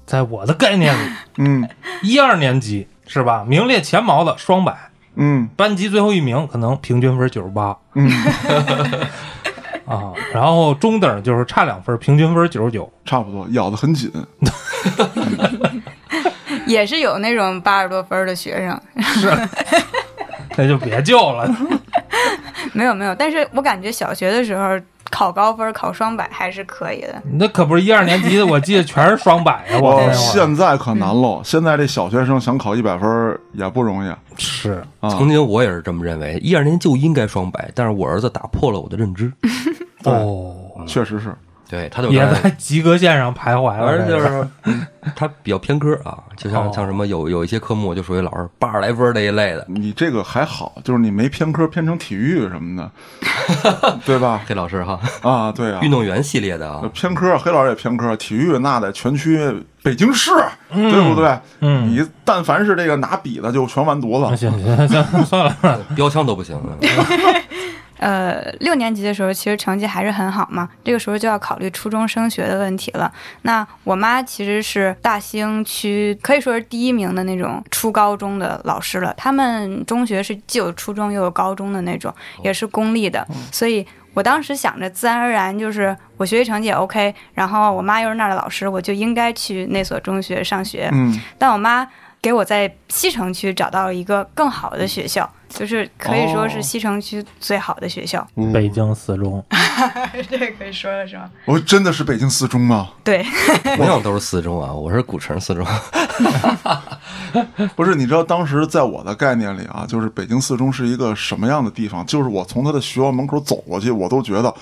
S2: 在我的概念里，
S3: 嗯
S2: 一二年级是吧？名列前茅的双百，
S3: 嗯
S2: 班级最后一名，可能平均分九十八
S3: 嗯，
S2: *laughs* 啊。然后中等就是差两分，平均分九十九。
S3: 差不多，咬得很紧。
S5: 也是有那种八十多分儿的学生，
S2: 那就别救了，
S5: 没有没有，但是我感觉小学的时候考高分、考双百还是可以的。
S2: 那可不是一二年级的，我记得全是双百呀、我
S3: 哇，
S2: 那会儿
S3: 现在可难喽，现在这小学生想考一百分儿也不容易啊。
S2: 是
S1: 曾经我也是这么认为，一二年级就应该双百，但是我儿子打破了我的认知，
S2: 哦，
S3: 确实是，
S1: 对他就
S2: 也
S1: 刚才
S2: 在及格线上徘徊了。
S1: 反正就
S2: 这个
S1: 是嗯他比较偏科啊，就像
S2: 哦
S1: 像什么有有一些科目就属于老师八十来分这一类的，
S3: 你这个还好，就是你没偏科偏成体育什 *laughs* 么的，对吧？
S1: 黑老师哈，
S3: 啊，对啊，
S1: *laughs*
S3: 呃
S1: 运动员系列的
S3: *laughs*
S1: 啊，
S3: 偏科，黑老师也偏科，体育那得全区北京市，对不对？
S2: 嗯
S3: 你但凡是这个拿笔的，就全完犊子
S2: 行行行，算了，
S1: 标枪都不行。
S5: 呃，六年级的时候其实成绩还是很好嘛，这个时候就要考虑初中升学的问题了。那我妈其实是大兴区可以说是第一名的那种初高中的老师了，他们中学是既有初中又有高中的那种，也是公立的，所以。我当时想着，自然而然就是我学习成绩也 OK，然后我妈又是那儿的老师，我就应该去那所中学上学。
S3: 嗯，
S5: 但我妈给我在西城区找到了一个更好的学校，就是可以
S3: 嗯
S5: 说
S3: 哦
S5: 是西城区最好的学 *laughs* 校。
S3: 嗯
S2: 北京四中，
S5: 这个可以说了是吗？
S3: 我真的是北京四中啊吗？
S5: 对，
S1: 同样都是四中啊，我是古城四中，
S3: 不是，你知道当时在我的概念里啊，就是北京四中是一个什么样的地方？就是我从他的学校门口走过去，我都觉得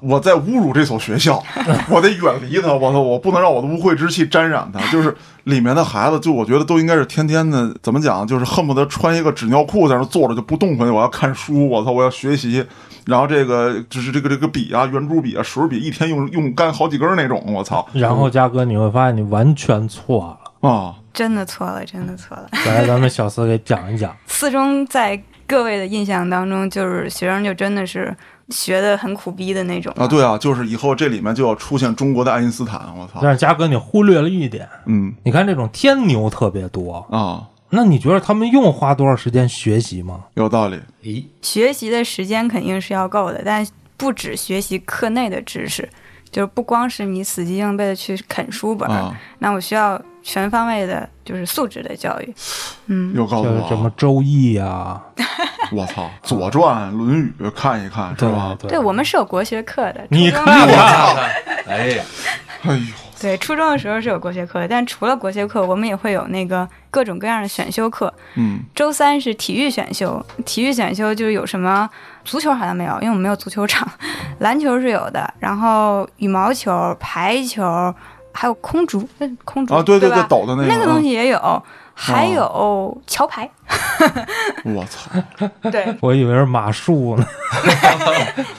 S3: 我在侮辱这所学校，我得远离他。我操，我不能让我的污秽之气沾染他。就是里面的孩子，就我觉得都应该是天天的，怎么讲，就是恨不得穿一个纸尿裤在那坐着就不动弹。我要看书，我操，我要学习。然后这个就是这个这个笔啊，圆珠笔啊，水笔，一天用用干好几根儿那种。我操
S2: 然
S1: 嗯
S2: 后嘉哥你会发现你完全错了。
S3: 啊！
S5: 真的错了，真的错了。
S2: 来，咱们小四给讲一讲。
S5: 四中在各位的印象当中，就是学生就真的是学的很苦逼的那种
S3: 啊，，对啊，就是以后这里面就要出现中国的爱因斯坦，我操，
S2: 但是嘉哥你忽略了一点，
S3: 嗯
S2: 你看这种天牛特别多，
S3: 啊，
S2: 那你觉得他们用花多少时间学习吗？
S3: 有道理，
S1: 咦，
S5: 学习的时间肯定是要够的，但不只学习课内的知识，就是不光是你死记硬背的去啃书本儿，
S3: 啊，
S5: 那我需要全方位的，就是素质的教育。嗯，
S3: 又告诉
S2: 就
S3: 我
S2: 是
S3: 啊
S2: 什么《周易》啊，
S3: 我操，《左传》《论语》看一看是吧？
S2: 对
S5: 对我们是有国学课的，
S2: 你
S5: 初中
S2: 看看
S1: 哎呀，
S3: 哎呦，
S5: 对初中的时候是有国学课的，但除了国学课，我们也会有那个各种各样的选修课。
S3: 嗯，
S5: 周三是体育选修，体育选修就是有什么足球好像没有，因为我们没有足球场， *laughs* 篮球是有的，然后羽毛球、排球，还有空竹，那空竹
S3: 啊，对
S5: 对
S3: 对，
S5: 吧
S3: 抖的那啊哦
S5: 那个东
S3: 西，
S5: 西也有，还有桥牌，
S3: 嗯我操，
S5: 对，
S2: 我以为是马术呢。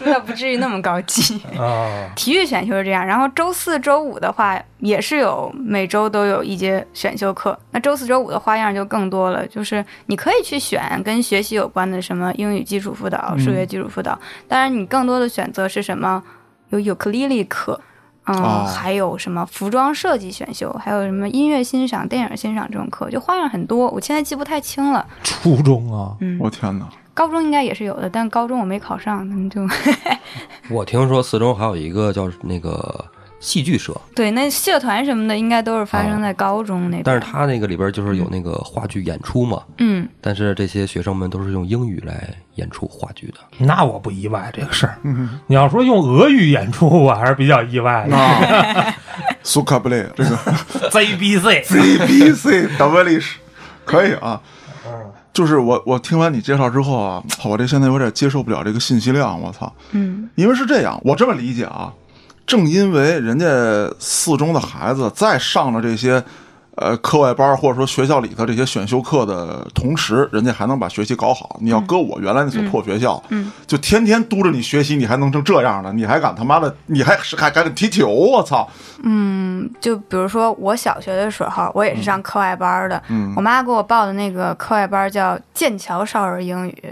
S5: 那不至于那么高级。
S2: 啊，
S5: 体育选修是这样，然后周四周五的话也是有每周都有一节选修课。那周四周五的花样就更多了，就是你可以去选跟学习有关的什么英语基础辅导、数学基础辅导，
S1: 嗯
S5: 当然你更多的选择是什么有尤克里里课。嗯，
S1: 啊
S3: 哦
S5: 还有什么服装设计选修，还有什么音乐欣赏、电影欣赏这种课，就花样很多。我现在记不太清了，
S2: 初中啊，
S5: 嗯，
S3: 我天
S5: *laughs*
S3: 哪，
S5: 高中应该也是有的，但高中我没考上，那就 *laughs*
S1: 我听说四中还有一个叫那个戏剧社，
S5: 对那社团什么的，应该都是发生在高中那边。
S1: 啊但是他那个里边就是有那个话剧演出嘛，
S5: 嗯，
S1: 但是这些学生们都是用英语来演出话剧的。
S2: *laughs* 那我不意外这个事儿。你要说用俄语演出，我还是比较意外的。
S3: 那苏卡布雷这个
S2: *laughs* ZBC，
S3: Z B C W 可以啊，就是我我听完你介绍之后啊，我这现在有点接受不了这个信息量，我操，
S5: 嗯，
S3: 因为是这样，我这么理解啊，正因为人家四中的孩子在上了这些呃课外班儿或者说学校里头这些选修课的同时，人家还能把学习搞好。你要搁我原来那所破学校，
S5: 嗯
S3: 就天天督着你学习，你还能成这样呢？你还敢他妈的，你还还敢踢球？我操！
S5: 嗯，就比如说我小学的时候，我也是上课外班儿的。
S3: 嗯
S5: 我妈给我报的那个课外班儿叫剑桥少儿英语，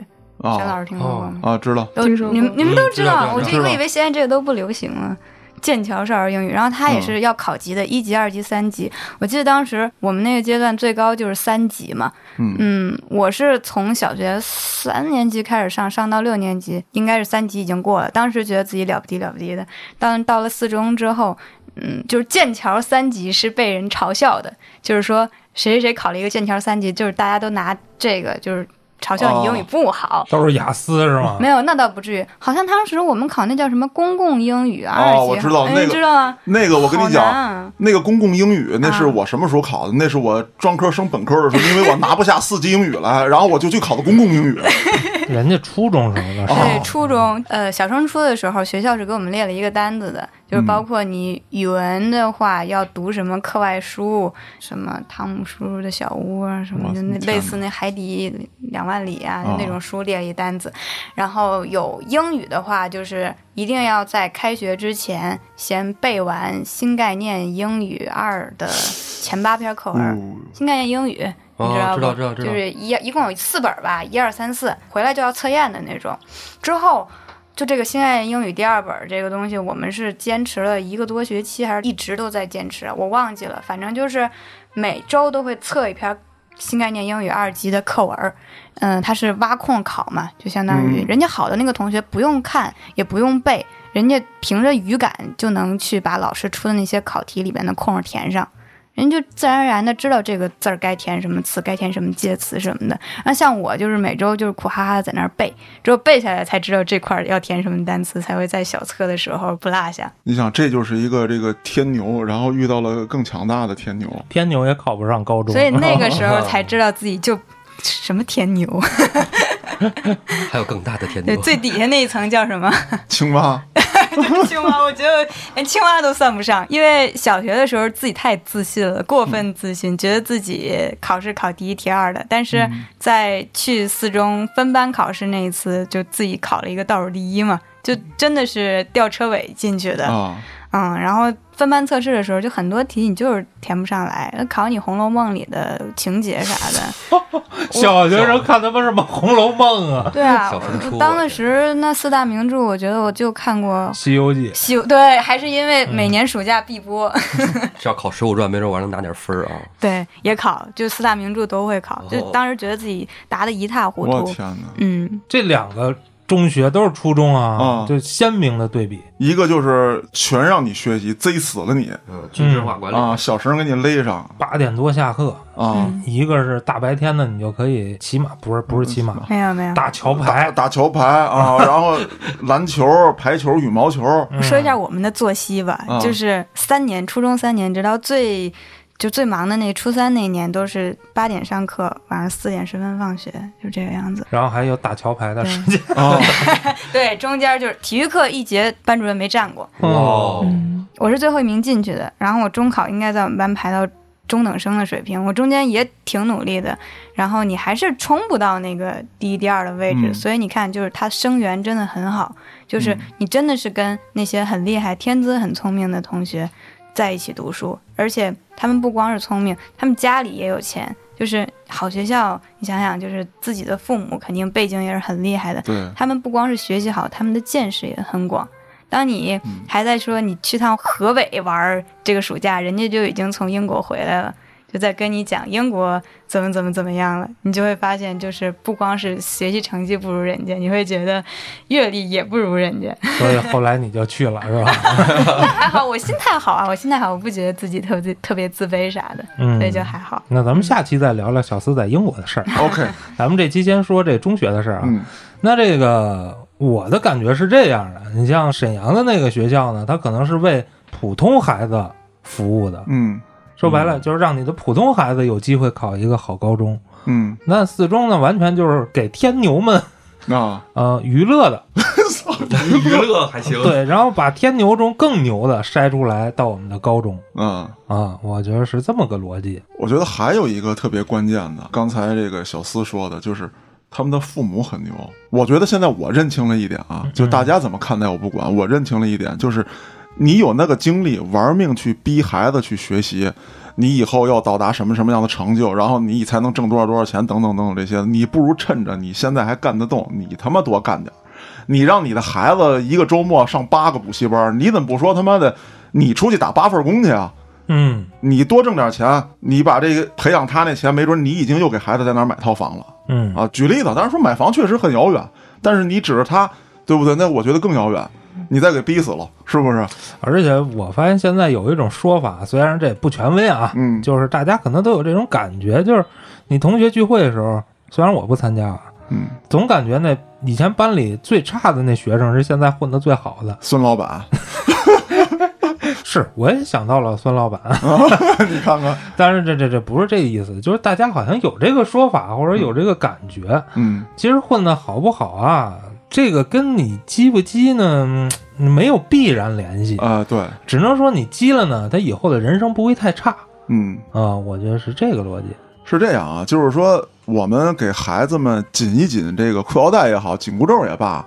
S5: 陈老
S3: 啊
S5: 师听说过吗？
S3: 啊，知道
S5: 都
S4: 听说过
S5: 你们你们都
S2: 嗯
S5: 知
S2: 知道知
S5: 道，
S2: 道
S5: 我
S3: 知
S5: 就
S3: 道
S5: 我以为现在这个都不流行了。剑桥少儿英语，然后它也是要考级的，一级、二级、三级。我记得当时我们那个阶段最高就是三级嘛。
S3: 嗯
S5: 我是从小学三年级开始上，上到六年级，应该是三级已经过了。当时觉得自己了不地了不地的，但到了四中之后，嗯，就是剑桥三级是被人嘲笑的，就是说谁谁谁考了一个剑桥三级，就是大家都拿这个就是嘲笑你英语
S3: 哦
S5: 不好。
S2: 都是雅思是
S3: 啊
S2: 吗
S5: 没？有， *laughs* 那倒不至于。好像当时我们考那叫什么公共英语二级，
S3: 哦我知道
S5: 哎
S3: 那个
S5: 知道吗？
S3: 那个，我跟
S5: 好
S3: 你
S5: 难
S3: 讲。
S5: 啊，
S3: 那个公共英语，那是
S5: 啊
S3: 我什么时候考的？那是我专科升本科的时候，因为我拿不下四级英语 *laughs* 来，然后我就去考的公共英语。
S2: 人家初中什么的，
S5: 对，
S3: 哦
S5: 初中呃小升初的时候，学校是给我们列了一个单子的，就是包括你语文的话要读什么课外书，什么汤姆叔叔的小屋啊，什
S3: 哇
S5: 么就那
S3: 天
S5: 类
S3: 哪
S5: 似那海底两万里啊、
S3: 哦
S5: 那种书列了一单子。然后有英语的话，就是一定要在开学之前先背完新概念英语二的前八篇课文。
S3: 哦
S5: 新概念英语，
S1: 嗯哦
S5: 你知道不？
S1: 知道知道知道
S5: 就是一一共有四本儿吧，一二三四，回来就要测验的那种。之后就这个心爱英语第二本这个东西，我们是坚持了一个多学期，还是一直都在坚持啊？我忘记了，反正就是每周都会测一篇新概念英语二级的课文儿。嗯，它是挖空考嘛，就相当于
S3: 嗯
S5: 人家好的那个同学不用看，也不用背，人家凭着语感就能去把老师出的那些考题里边的空儿填上。人就自然而然的知道这个字儿该填什么词，该填什么介词什么的。那像我就是每周就是苦哈哈地在那儿背，只有背下来才知道这块儿要填什么单词，才会在小测的时候不落下。
S3: 你想，这就是一个这个天牛，然后遇到了更强大的天牛。
S2: 天牛也考不上高中，
S5: 所以
S2: *laughs*
S5: 那个时候才知道自己就什么天牛，
S1: 还有更大的天
S5: 对，
S1: 牛。 *laughs*
S5: 最底下那一层叫什么？
S3: 青蛙，
S5: 青蛙，我觉得连青蛙都算不上，因为小学的时候自己太自信了，过分自信，觉得自己考试考第一、提二的。但是在去四中分班考试那一次，就自己考了一个倒数第一嘛，就真的是吊车尾进去的。
S3: 啊，
S5: 嗯，然后分班测试的时候，就很多题你就是填不上来，考你《红楼梦》里的情节啥的。
S2: *laughs* 小学生看他妈什么《红楼梦》啊，
S5: 对啊
S1: 小时，
S5: 我
S1: 初
S5: 当时那四大名著，我觉得我就看过。
S2: 《*laughs* 西游记》
S5: 喜对，还是因
S3: 嗯
S5: 为每年暑假必播， *laughs*
S1: 这要考《水浒传》，没准我还能拿点分儿啊。
S5: 对，也考，就四大名著都会考，就
S1: 哦
S5: 当时觉得自己答的一塌糊
S3: 我
S5: 涂。
S3: 天哪！
S5: 嗯，
S2: 这两个中学都是初中啊，
S3: 啊
S2: 就鲜明的对比。
S3: 一个就是全让你学习，贼死了你
S1: 嗯，军事化管理。
S3: 啊！小声给你勒上
S2: 八点多下课，
S3: 啊！
S2: 一个是大白天的，你就可以骑马，不是不是骑马，
S5: 没有没有。
S2: 打桥
S3: 打
S2: 牌。
S3: 打球牌啊，然后篮球、排球、羽毛球，
S5: 我说一下我们的作息吧，
S3: 啊
S5: 就是三年，初中三年，直到最就最忙的那初三那年，都是八点上课，晚上四点十分放学，就这个样子。
S2: 然后还有打桥牌的时间，
S3: 啊，
S5: 对，中间就是体育课一节，班主任没站过，
S1: 哇哦，
S4: 嗯
S3: 嗯
S5: 我是最后一名进去的，然后我中考应该在我们班排到中等生的水平，我中间也挺努力的，然后你还是冲不到那个第一、第二的位置，
S3: 嗯
S5: 所以你看，就是他生源真的很好，就是你真的是跟那些很厉害、天资很聪明的同学在一起读书，而且他们不光是聪明，他们家里也有钱。就是好学校，你想想，就是自己的父母肯定背景也是很厉害的，
S3: 对，
S5: 他们不光是学习好，他们的见识也很广。当你还在说你去趟河北玩儿这个暑假，人家就已经从英国回来了，就在跟你讲英国怎么怎么怎么样了，你就会发现，就是不光是学习成绩不如人家，你会觉得阅历也不如人家。 *laughs*
S2: 所以后来你就去了，是吧？
S5: 但还好我心态好啊，我心态好，我不觉得自己特别特别自卑啥的，
S2: 嗯
S5: 所以就还好。
S2: 那咱们下期再聊聊小四在英国的事儿。
S3: OK，
S2: 咱们这期先说这中学的事儿啊。
S3: 嗯
S2: 那这个我的感觉是这样的，你像沈阳的那个学校呢，它可能是为普通孩子服务的，
S3: 嗯
S2: 说白了就是让你的普通孩子有机会考一个好高中。
S3: 嗯
S2: 那四中呢，完全就是给天牛们 *laughs*
S3: 啊，
S2: 呃娱乐的，
S1: 娱乐还行，
S2: *laughs* 对，然后把天牛中更牛的筛出来到我们的高中
S3: 嗯，
S2: 啊，我觉得是这么个逻辑。
S3: 我觉得还有一个特别关键的，刚才这个小思说的，就是他们的父母很牛。我觉得现在我认清了一点啊，就大家怎么看待我不管，我认清了一点，就是你有那个精力玩命去逼孩子去学习，你以后要到达什么什么样的成就，然后你才能挣多少多少钱，等等等等这些，你不如趁着你现在还干得动，你他妈多干点儿。你让你的孩子一个周末上八个补习班，你怎么不说他妈的你出去打八份工去啊？
S2: 嗯
S3: 你多挣点钱，你把这个培养他那钱，没准你已经又给孩子在哪儿买套房了
S2: 嗯，
S3: 啊。举例子，当然说买房确实很遥远，但是你指着他，对不对？那我觉得更遥远，你再给逼死了，是不是？
S2: 而且我发现现在有一种说法，虽然这也不权威啊，
S3: 嗯
S2: 就是大家可能都有这种感觉，就是你同学聚会的时候，虽然我不参加啊，
S3: 嗯，
S2: 总感觉那以前班里最差的那学生是现在混得最好
S3: *laughs*
S2: 的。
S3: 孙老板，
S2: 是，我也想到了孙老板， *laughs*
S3: 你看看，
S2: 但是这这这不是这意思，就是大家好像有这个说法或者有这个感觉，
S3: 嗯
S2: 其实混得好不好啊，这个跟你积不积呢，嗯没有必然联系，
S3: 啊、对，
S2: 只能说你积了呢，他以后的人生不会太差
S3: 嗯，
S2: 啊、我觉得是这个逻辑。
S3: 是这样啊，就是说我们给孩子们紧一紧这个裤腰带也好，紧箍咒也罢。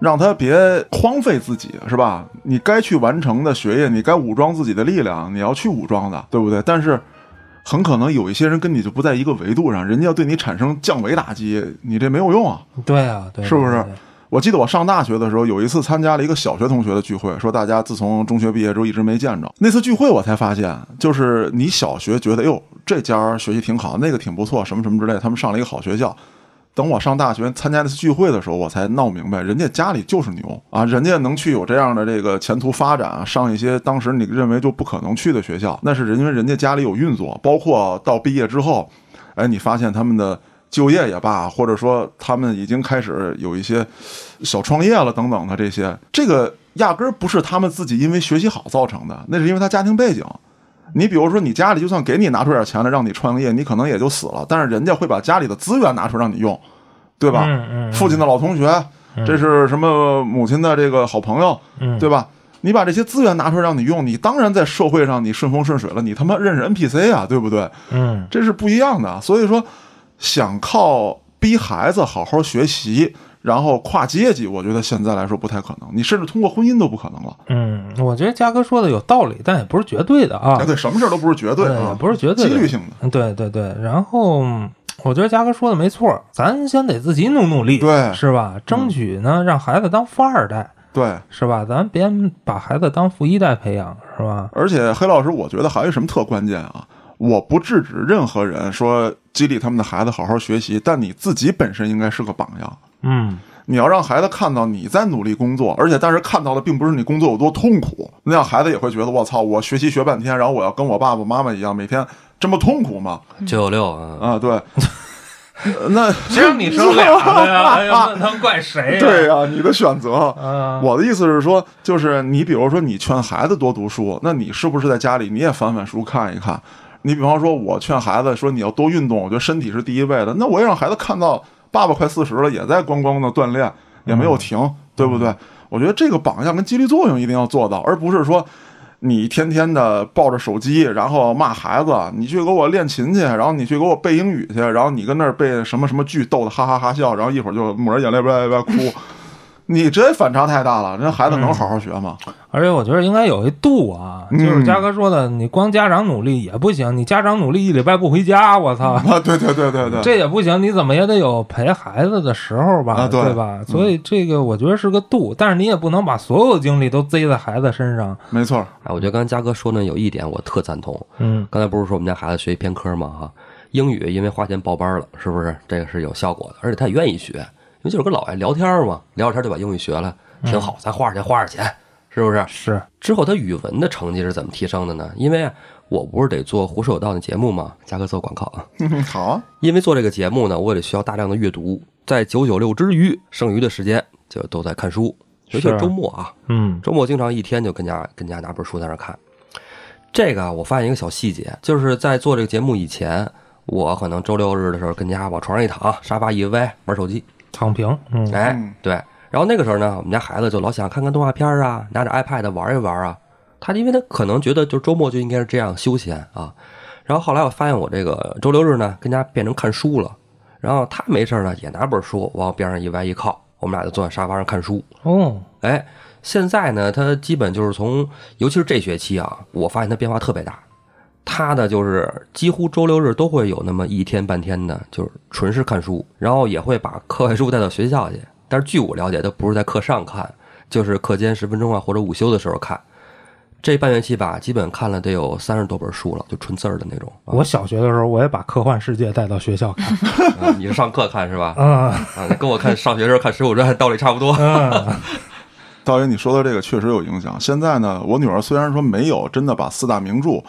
S3: 让他别荒废自己，是吧？你该去完成的学业，你该武装自己的力量，你要去武装的，对不对？但是很可能有一些人跟你就不在一个维度上，人家要对你产生降维打击，你这没有用啊。
S2: 对啊，对啊，
S3: 是不是
S2: 对啊
S3: 我记得我上大学的时候，有一次参加了一个小学同学的聚会，说大家自从中学毕业之后一直没见着。那次聚会我才发现，就是你小学觉得哟这家学习挺好，那个挺不错，什么什么之类，他们上了一个好学校。等我上大学参加那次聚会的时候，我才闹明白，人家家里就是牛啊，人家能去有这样的这个前途发展啊，上一些当时你认为就不可能去的学校，那是因为人家家里有运作，包括到毕业之后，哎，你发现他们的就业也罢，或者说他们已经开始有一些小创业了等等的这些，这个压根儿不是他们自己因为学习好造成的，那是因为他家庭背景。你比如说，你家里就算给你拿出点钱来让你创业，你可能也就死了。但是人家会把家里的资源拿出来让你用，对吧？
S2: 嗯嗯
S3: 父亲的老同学，这是什么母亲的这个好朋友，
S2: 嗯
S3: 对吧？你把这些资源拿出来让你用，你当然在社会上你顺风顺水了，你他妈认识 NPC 啊，对不对？
S2: 嗯
S3: 这是不一样的。啊所以说，想靠逼孩子好好学习，然后跨阶级，我觉得现在来说不太可能。你甚至通过婚姻都不可能了。
S2: 嗯，我觉得嘉哥说的有道理，但也不是绝对的啊
S3: 哎，。对，什么事儿都不是绝对啊
S2: 也，不是绝对
S3: 几
S2: 的
S3: 率性的。
S2: 嗯，对对对，然后嗯我觉得嘉哥说的没错儿，咱先得自己努努力，
S3: 对嗯
S2: 是吧？争取呢，让孩子当富二代，
S3: 对，
S2: 是吧？咱别把孩子当富一代培养，是吧？
S3: 而且黑老师，我觉得还有什么特关键啊？我不制止任何人说激励他们的孩子好好学习，但你自己本身应该是个榜样。
S2: 嗯，
S3: 你要让孩子看到你在努力工作，而且但是看到的并不是你工作有多痛苦，那样孩子也会觉得我操，我学习学半天，然后我要跟我爸爸妈妈一样，每天这么痛苦吗？
S1: 九九六啊，
S3: 啊，对， *laughs* 呃那 *laughs*
S2: 谁让你生俩的呀？哎呀，那能怪谁呀？
S3: 对呀、你的选择。
S2: 啊，
S3: 我的意思是说，就是你比如说你劝孩子多读书，那你是不是在家里你也翻翻书看一看？你比方说，我劝孩子说你要多运动，我觉得身体是第一位的。那我也让孩子看到，爸爸快四十了，也在咣咣的锻炼，也没有停，对不对？我觉得这个榜样跟激励作用一定要做到，而不是说你天天的抱着手机，然后骂孩子，你去给我练琴去，然后你去给我背英语去，然后你跟那儿背什么什么剧，逗得哈哈哈笑，然后一会儿就抹着眼泪歪歪哭。你这反差太大了，人家孩子
S2: 嗯
S3: 能好好学吗？ *laughs*
S2: 而且我觉得应该有一度啊，
S3: 嗯
S2: 就是嘉哥说的，你光家长努力也不行，你家长努力一礼拜不回家，我操，
S3: 啊，对对对对对，
S2: 这也不行，你怎么也得有陪孩子的时候吧，
S3: 啊对
S2: 吧？所以这个我觉得是个度，但是你也不能把所有精力都塞在孩子身上。
S3: 没错儿，
S1: 哎，我觉得刚才嘉哥说的有一点我特赞同，
S2: 嗯
S1: 刚才不是说我们家孩子学一偏科吗？哈，英语因为花钱报班了，是不是？这个是有效果的，而且他也愿意学，因为就是跟老外聊天嘛，聊聊天就把英语学了，挺好。咱花点钱，花点钱，是不是？
S2: 是，
S1: 之后他语文的成绩是怎么提升的呢？因为啊我不是得做《胡说有道》那节目吗？加个做广告啊。
S3: 嗯，好啊，
S1: 因为做这个节目呢，我也得需要大量的阅读，在九九六之余，剩余的时间就都在看书，尤其是
S2: 是
S1: 周末啊，
S2: 嗯
S1: 周末经常一天就跟家跟家拿本书在那儿看。这个啊，我发现一个小细节，就是在做这个节目以前，我可能周六日的时候跟家往床上一躺，沙发一歪，玩手机。
S2: 躺平，嗯
S1: 哎
S3: 嗯，
S1: 对。然后那个时候呢，我们家孩子就老想看看动画片啊，拿着 iPad 玩一玩啊。他因为他可能觉得就周末就应该是这样休闲啊。然后后来我发现我这个周六日呢，跟家变成看书了。然后他没事儿呢，也拿本书往边上一歪一靠，我们俩就坐在沙发上看书。
S2: 哦，
S1: 哎，现在呢，他基本就是从，尤其是这学期啊，我发现他变化特别大。他的就是几乎周六日都会有那么一天半天的，就是纯是看书，然后也会把课外书带到学校去。但是据我了解，他不是在课上看，就是课间十分钟啊，或者午休的时候看。这半学期吧，基本看了得有三十多本书了，就纯字儿的那种。啊
S2: 我小学的时候我也把《科幻世界》带到学校看，
S1: 啊你是上课看是吧？
S2: 啊
S1: 啊，那跟我看上学时候看《水浒传》道理差不多。
S3: *laughs*
S2: 嗯
S3: 道爷，你说到这个确实有影响。现在呢，我女儿虽然说没有真的把四大名著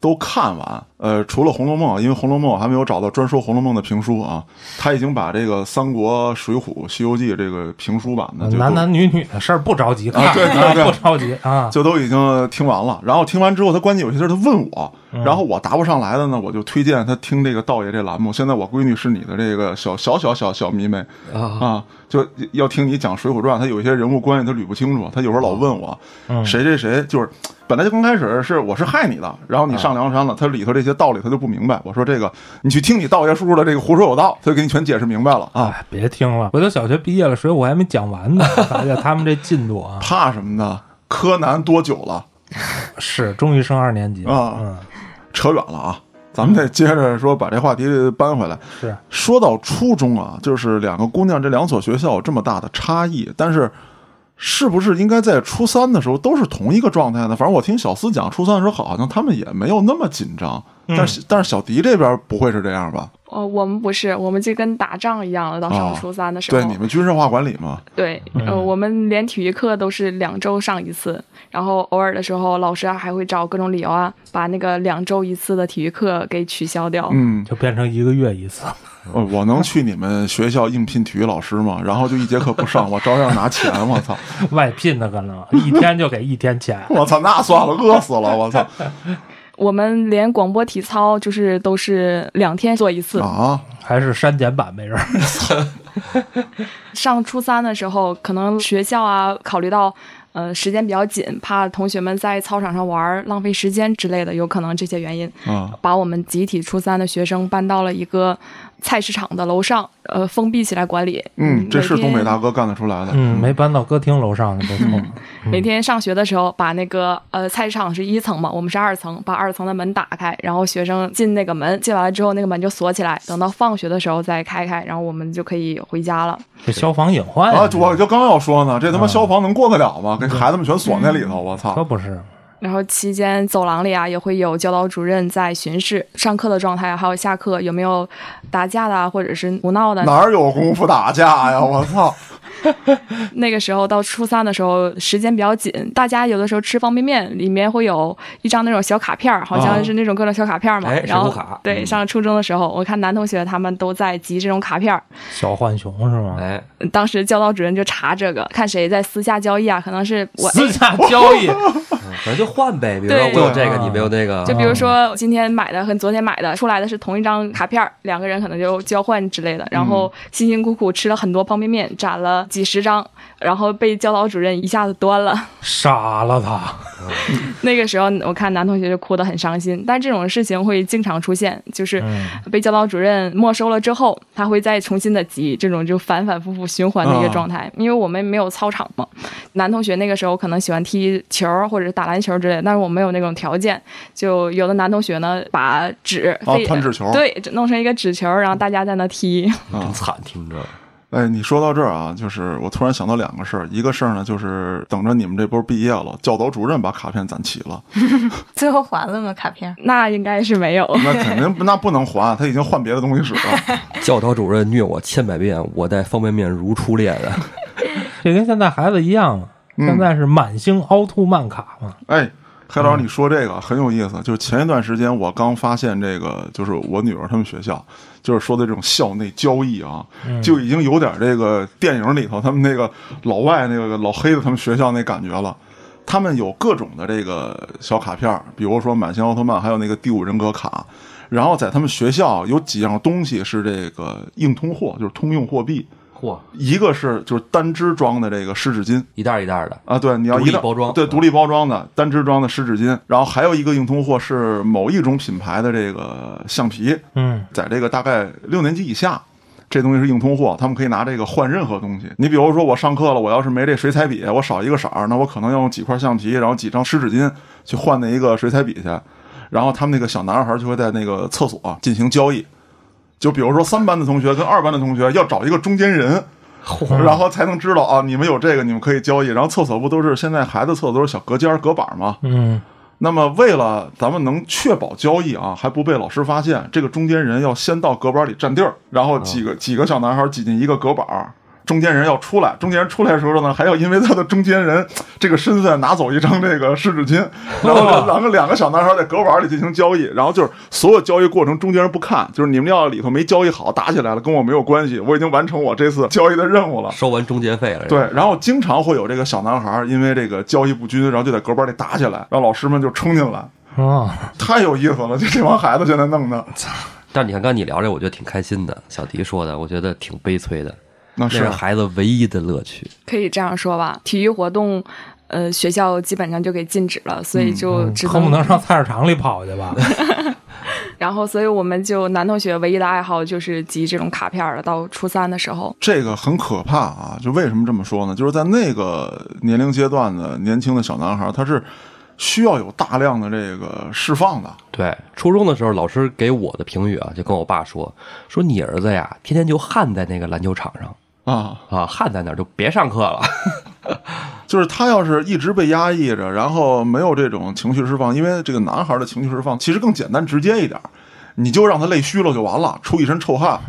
S3: 都看完，呃，除了《红楼梦》，因为《红楼梦》还没有找到专说《红楼梦》的评书啊，她已经把这个《三国》《水浒》《西游记》这个评书版的就
S2: 男
S3: 都
S2: 男女女的事儿不着急看，
S3: 啊对对对
S2: 不着急啊，
S3: 就都已经听完了。然后听完之后，她关键有些事儿她问我，
S2: 嗯
S3: 然后我答不上来的呢，我就推荐她听这个道爷这栏目。现在我闺女是你的这个小小小小小迷妹，
S1: 啊，
S3: 啊，就要听你讲《水浒传》，他有一些人物关系他捋不清楚，他有时候老问我、
S2: 嗯
S3: 谁谁谁，就是本来就刚开始是我是害你的，然后你上梁山了，他里头这些道理他就不明白。我说这个你去听你道爷叔叔的这个胡说有道，他就给你全解释明白了啊。
S2: 哎，别听了，回头小学毕业了，水我还没讲完呢， *laughs* 咱就他们这进度
S3: *laughs*
S2: 啊，
S3: 怕什么呢？柯南多久了？
S2: 是终于升二年级了，
S3: 啊
S2: 嗯。
S3: 扯远了啊。咱们再接着说，把这话题搬回来。
S2: 是
S3: 说到初中啊，就是两个姑娘这两所学校有这么大的差异，但是是不是应该在初三的时候都是同一个状态呢？反正我听小思讲，初三的时候好像他们也没有那么紧张，
S2: 嗯
S3: 但是但是小迪这边不会是这样吧？
S4: 哦，我们不是，我们就跟打仗一样了。到
S3: 哦
S4: 上初三的时候，
S3: 对，你们军事化管理嘛，
S4: 对，
S3: 嗯
S4: 呃，我们连体育课都是两周上一次，然后偶尔的时候，老师啊还会找各种理由啊，把那个两周一次的体育课给取消掉。
S3: 嗯，
S2: 就变成一个月一次， *laughs*
S3: 呃我能去你们学校应聘体育老师吗？然后就一节课不上，我照样拿钱，我操！。
S2: 外聘的可能一天就给一天钱
S3: 我操，那算了，饿死
S2: *laughs*
S3: 了，我操
S4: 我们连广播体操就是都是两天做一次。
S3: 啊！
S2: 还是删减版没人儿。
S4: 上初三的时候，可能学校啊考虑到。呃，时间比较紧，怕同学们在操场上玩儿浪费时间之类的，有可能这些原因，
S3: 啊，
S4: 把我们集体初三的学生搬到了一个菜市场的楼上，呃，封闭起来管理。
S3: 嗯，这是
S4: 每天
S3: 东北大哥干得出来的，
S2: 嗯，没搬到歌厅楼
S3: *laughs*
S2: 上呢，没错。
S4: 每天上学的时候，把那个呃菜市场是一层嘛，我们是二层，把二层的门打开，然后学生进那个门，进完了之后那个门就锁起来，等到放学的时候再开开，然后我们就可以回家了。
S2: 这消防隐患哎呀
S3: 啊，我就刚要说呢，这他妈消防能过得了吗？给孩子们全锁那里头，我
S2: 可
S3: 操！
S2: 不是，
S4: 然后期间走廊里啊也会有教导主任在巡视上课的状态啊，还有下课有没有打架的啊，或者是胡闹的。
S3: 哪儿有功夫打架呀？我操！
S4: 那个时候到初三的时候，时间比较紧，大家有的时候吃方便面，里面会有一张那种小卡片儿，好像是那种各种小卡片儿嘛。
S1: 哎
S4: 然后
S1: 水浒卡
S4: 对，上初中的时候，我看男同学他们都在集这种卡片儿，
S2: 小浣熊是吗？
S1: 哎，
S4: 当时教导主任就查这个，看谁在私下交易啊，可能是我。
S2: 私下交易，
S1: 反正就换呗，比如说
S4: 对
S1: 我有这个，
S2: 啊
S1: 你没有那个
S4: 就，比如说今天买的和昨天买的出来的是同一张卡片儿，两个人可能就交换之类的，然后辛辛苦苦吃了很多方便面，攒了几十张，然后被教导主任一下子端了。
S2: 杀了
S3: *laughs*
S2: 他！
S4: 那个时候，我看男同学就哭得很伤心。但这种事情会经常出现，就是
S2: 嗯
S4: 被教导主任没收了之后，他会再重新的集，这种就反反复复循环的一个
S2: 啊
S4: 状态。因为我们没有操场嘛，男同学那个时候可能喜欢踢球儿或者打篮球之类的，但是我们没有那种条件，就有的男同学呢把纸
S3: 哦
S4: 非
S3: 弹纸球
S4: 对，弄成一个纸球儿，然后大家在那踢。 *laughs*
S3: 啊
S1: 真惨，听着，
S3: 哎，你说到这儿啊，就是我突然想到两个事儿，一个事儿呢，就是等着你们这波毕业了，教导主任把卡片攒齐了，
S5: 最后还了吗？卡片？
S4: 那应该是没有。 *laughs*
S3: 那肯定不那不能还，他已经换别的东西使了。
S1: 教导主任虐我千百遍，我待方便面如初恋啊！
S3: *laughs*
S2: 这跟现在孩子一样嘛，
S3: 嗯
S2: 现在是满星凹凸曼卡嘛，
S3: 哎，黑老师，你说这个很有意思，就是前一段时间我刚发现这个，就是我女儿他们学校，就是说的这种校内交易啊，就已经有点这个电影里头他们那个老外那个老黑的他们学校那感觉了。他们有各种的这个小卡片儿，比如说满星奥特曼，还有那个第五人格卡。然后在他们学校有几样东西是这个硬通货，就是通用货币。
S1: 嚯，
S3: 一个是就是单只装的这个湿纸巾，
S1: 一袋一袋的，
S3: 啊，对，你要
S1: 独
S3: 一
S1: 立
S3: 袋
S1: 包装
S3: 对，
S1: 嗯
S3: 独立包装的单只装的湿纸巾，然后还有一个硬通货是某一种品牌的这个橡皮，
S2: 嗯，
S3: 在这个大概六年级以下，这东西是硬通货，他们可以拿这个换任何东西。你比如说我上课了，我要是没这水彩笔，我少一个色儿，那我可能要用几块橡皮，然后几张湿纸巾去换那一个水彩笔去。然后他们那个小男孩就会在那个厕所进行交易，就比如说三班的同学跟二班的同学要找一个中间人，然后才能知道啊，你们有这个，你们可以交易。然后厕所不都是现在孩子厕所都是小隔间儿隔板吗？
S2: 嗯，
S3: 那么为了咱们能确保交易啊，还不被老师发现，这个中间人要先到隔板里占地儿，然后几个几个小男孩挤进一个隔板儿。中间人要出来，中间人出来的时候呢，还要因为他的中间人这个身份拿走一张这个湿纸巾，然后让两个两个小男孩在隔板里进行交易，然后就是所有交易过程中间人不看，就是你们要里头没交易好，打起来了跟我没有关系，我已经完成我这次交易的任务了。
S1: 收完中介费了，
S3: 对，然后经常会有这个小男孩因为这个交易不均，然后就在隔板里打起来，让老师们就冲进来，
S2: 哦，
S3: 太有意思了，就这帮孩子现在弄的，
S1: 但你看，刚你聊这，我觉得挺开心的。小迪说的，我觉得挺悲催的，
S3: 那
S1: 那
S3: 是
S1: 是
S3: 啊
S1: 孩子唯一的乐趣。
S4: 可以这样说吧，体育活动，呃，学校基本上就给禁止了，所以就只
S2: 嗯恨不能上菜市场里跑去吧？
S4: 然后，所以我们就男同学唯一的爱好就是集这种卡片了。到初三的时候，
S3: 这个很可怕啊！就为什么这么说呢？就是在那个年龄阶段的年轻的小男孩，他是需要有大量的这个释放的。
S1: 对，初中的时候，老师给我的评语啊，就跟我爸说，说你儿子呀，天天就焊在那个篮球场上
S3: 啊，
S1: 啊，焊在那儿就别上课
S3: *laughs*
S1: 了。
S3: 就是他要是一直被压抑着，然后没有这种情绪释放，因为这个男孩的情绪释放其实更简单直接一点儿，你就让他累虚了就完了，出一身臭汗。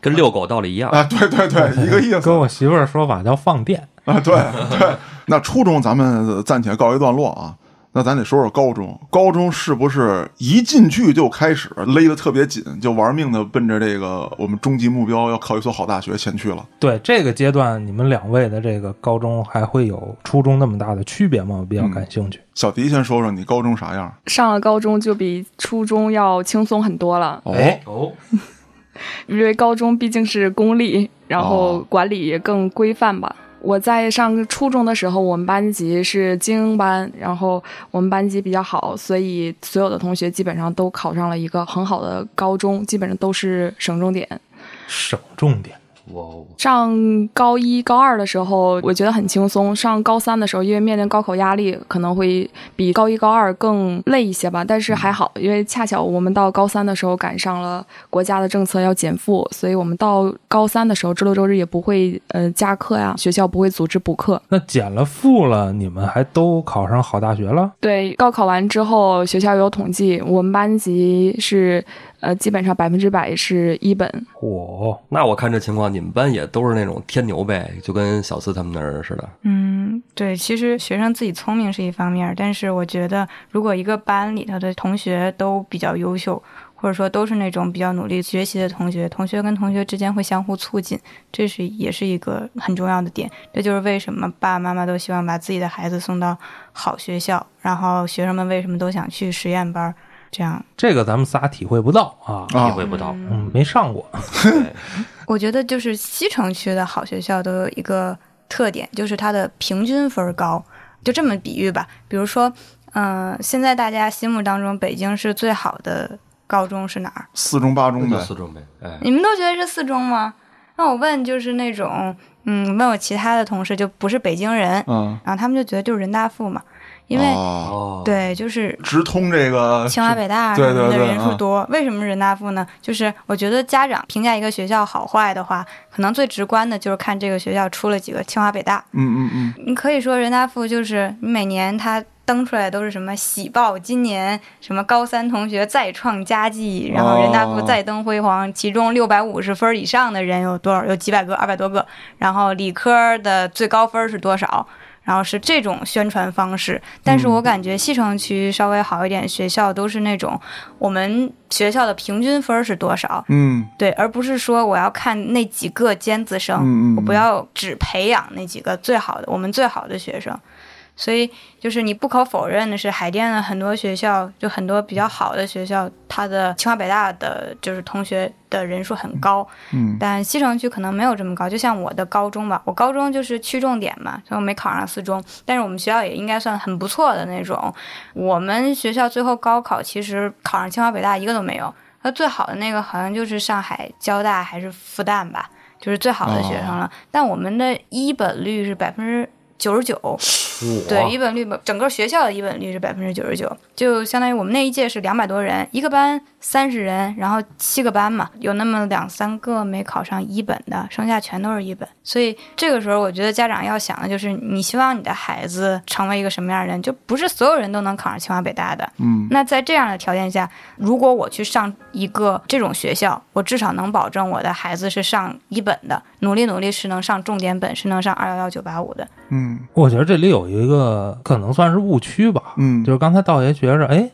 S1: 跟遛狗道理一样。
S3: 啊，对对对，一个意思。
S2: 跟我媳妇儿说法叫放电。
S3: *laughs* 啊，对对。那初中咱们暂且告一段落啊，那咱得说说高中。高中是不是一进去就开始勒得特别紧，就玩命的奔着这个我们终极目标要考一所好大学前去了？
S2: 对这个阶段，你们两位的这个高中还会有初中那么大的区别吗？我比较感兴趣。
S3: 小迪先说说你高中啥样？
S4: 上了高中就比初中要轻松很多了，
S3: 哦，
S2: 哦，
S4: 因为高中毕竟是公立，然后
S3: 哦
S4: 管理也更规范吧。我在上初中的时候，我们班级是精英班，然后我们班级比较好，所以所有的同学基本上都考上了一个很好的高中，基本上都是省重点。
S2: 省重点。
S1: 我
S4: 上高一、高二的时候，我觉得很轻松；上高三的时候，因为面临高考压力，可能会比高一、高二更累一些吧。但是还好，因为恰巧我们到高三的时候赶上了国家的政策要减负，所以我们到高三的时候，周六周日也不会呃加课呀，学校不会组织补课。
S2: 那减了负了，你们还都考上好大学了？
S4: 对，高考完之后，学校有统计，我们班级是呃基本上百分之百是一本，
S2: 嚯、
S1: 那我看这情况，你们班也都是那种天牛呗，就跟小四他们那儿似的。
S5: 嗯，对，其实学生自己聪明是一方面儿，但是我觉得如果一个班里头的同学都比较优秀，或者说都是那种比较努力学习的同学，同学跟同学之间会相互促进，这是也是一个很重要的点。这就是为什么爸爸妈妈都希望把自己的孩子送到好学校，然后学生们为什么都想去实验班儿，这样
S2: 这个咱们仨体会不到啊。
S1: 体
S3: 啊，
S1: 会不到，
S2: 嗯，没上过。
S1: 对
S5: 我觉得就是西城区的好学校都有一个特点，就是它的平均分儿高。就这么比喻吧，比如说，嗯、现在大家心目当中北京市最好的高中是哪儿？
S3: 四中八中呗
S1: 就。四中呗。哎，
S5: 你们都觉得是四中吗？那我问就是那种，嗯，问我其他的同事就不是北京人，
S3: 嗯，
S5: 然后他们就觉得就是人大附嘛，因为、
S3: 哦
S1: 哦，
S5: 对，就是
S3: 直通这个
S5: 清华北大
S3: 对
S5: 什么
S3: 对
S5: 的
S3: 对
S5: 人数
S3: 嗯
S5: 多，为什么人大附呢？就是我觉得家长评价一个学校好坏的话，可能最直观的就是看这个学校出了几个清华北大。
S3: 嗯嗯嗯，
S5: 你可以说人大附就是你每年它登出来都是什么喜报，今年什么高三同学再创佳绩，然后人大附
S3: 哦
S5: 再登辉煌，其中六百五十分以上的人有多少？有几百个，二百多个。然后理科的最高分是多少？然后是这种宣传方式，但是我感觉西城区稍微好一点学校都是那种我们学校的平均分是多少，
S3: 嗯
S5: 对，而不是说我要看那几个尖子生，
S3: 嗯嗯嗯
S5: 我不要只培养那几个最好的，我们最好的学生。所以就是你不可否认的是，海淀的很多学校，就很多比较好的学校，它的清华北大的就是同学的人数很高，
S3: 嗯
S5: 但西城区可能没有这么高。就像我的高中吧，我高中就是区重点嘛，所以我没考上四中，但是我们学校也应该算很不错的那种。我们学校最后高考其实考上清华北大一个都没有，那最好的那个好像就是上海交大还是复旦吧，就是最好的学生了。但我们的一本率是百分之九十九，对，一本率整个学校的一本率是百分之九十九，就相当于我们那一届是两百多人，一个班三十人，然后七个班嘛，有那么两三个没考上一本的，剩下全都是一本。所以这个时候，我觉得家长要想的就是，你希望你的孩子成为一个什么样的人，就不是所有人都能考上清华北大的。
S3: 嗯
S5: 那在这样的条件下，如果我去上一个这种学校，我至少能保证我的孩子是上一本的，努力努力是能上重点本，是能上二幺幺九八五的。
S3: 嗯
S2: 我觉得这里有一个可能算是误区吧，
S3: 嗯，
S2: 就是刚才道爷觉着，哎，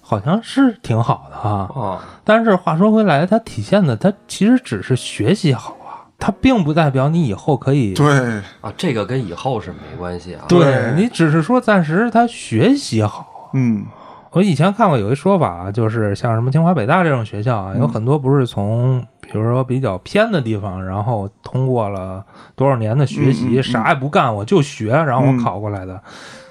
S2: 好像是挺好的啊。
S1: 哦，
S2: 但是话说回来，它体现的它其实只是学习好啊，它并不代表你以后可以。
S3: 对，
S1: 啊，这个跟以后是没关系啊。
S2: 对
S3: 对
S2: 你只是说暂时他学习好。
S3: 嗯
S2: 我以前看过有一说法啊，就是像什么清华北大这种学校啊，有
S3: 嗯
S2: 很多不是从比如说比较偏的地方，然后通过了多少年的学
S3: 嗯嗯
S2: 习，
S3: 嗯
S2: 啥也不干我就学，然后
S3: 嗯
S2: 我考过来的。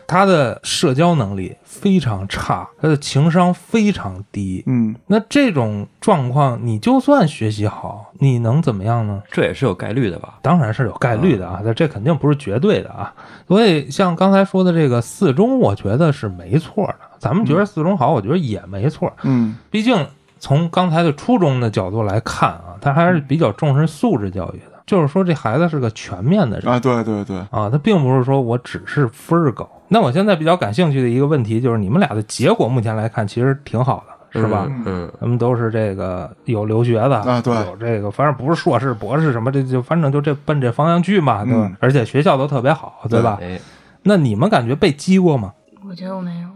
S2: 他的社交能力非常差，他的情商非常低。
S3: 嗯，
S2: 那这种状况，你就算学习好，你能怎么样呢？
S1: 这也是有概率的吧？
S2: 当然是有概率的啊，但这肯定不是绝对的啊。所以像刚才说的这个四中，我觉得是没错的。咱们觉得四中好，我觉得也没错。
S3: 嗯
S2: 毕竟从刚才的初中的角度来看啊，他还是比较重视素质教育的，就是说这孩子是个全面的人。
S3: 啊，对对对，
S2: 啊，他并不是说我只是分儿高。那我现在比较感兴趣的一个问题就是，你们俩的结果目前来看其实挺好的，是吧？
S1: 嗯嗯，
S2: 咱们都是这个有留学的
S3: 啊对
S2: 有这个，反正不是硕士、博士什么，这就反正就这奔这方向去嘛，对吧？
S3: 嗯
S2: 而且学校都特别好，对吧？
S1: 哎，
S2: 那你们感觉被激过吗？
S5: 我觉得我没有，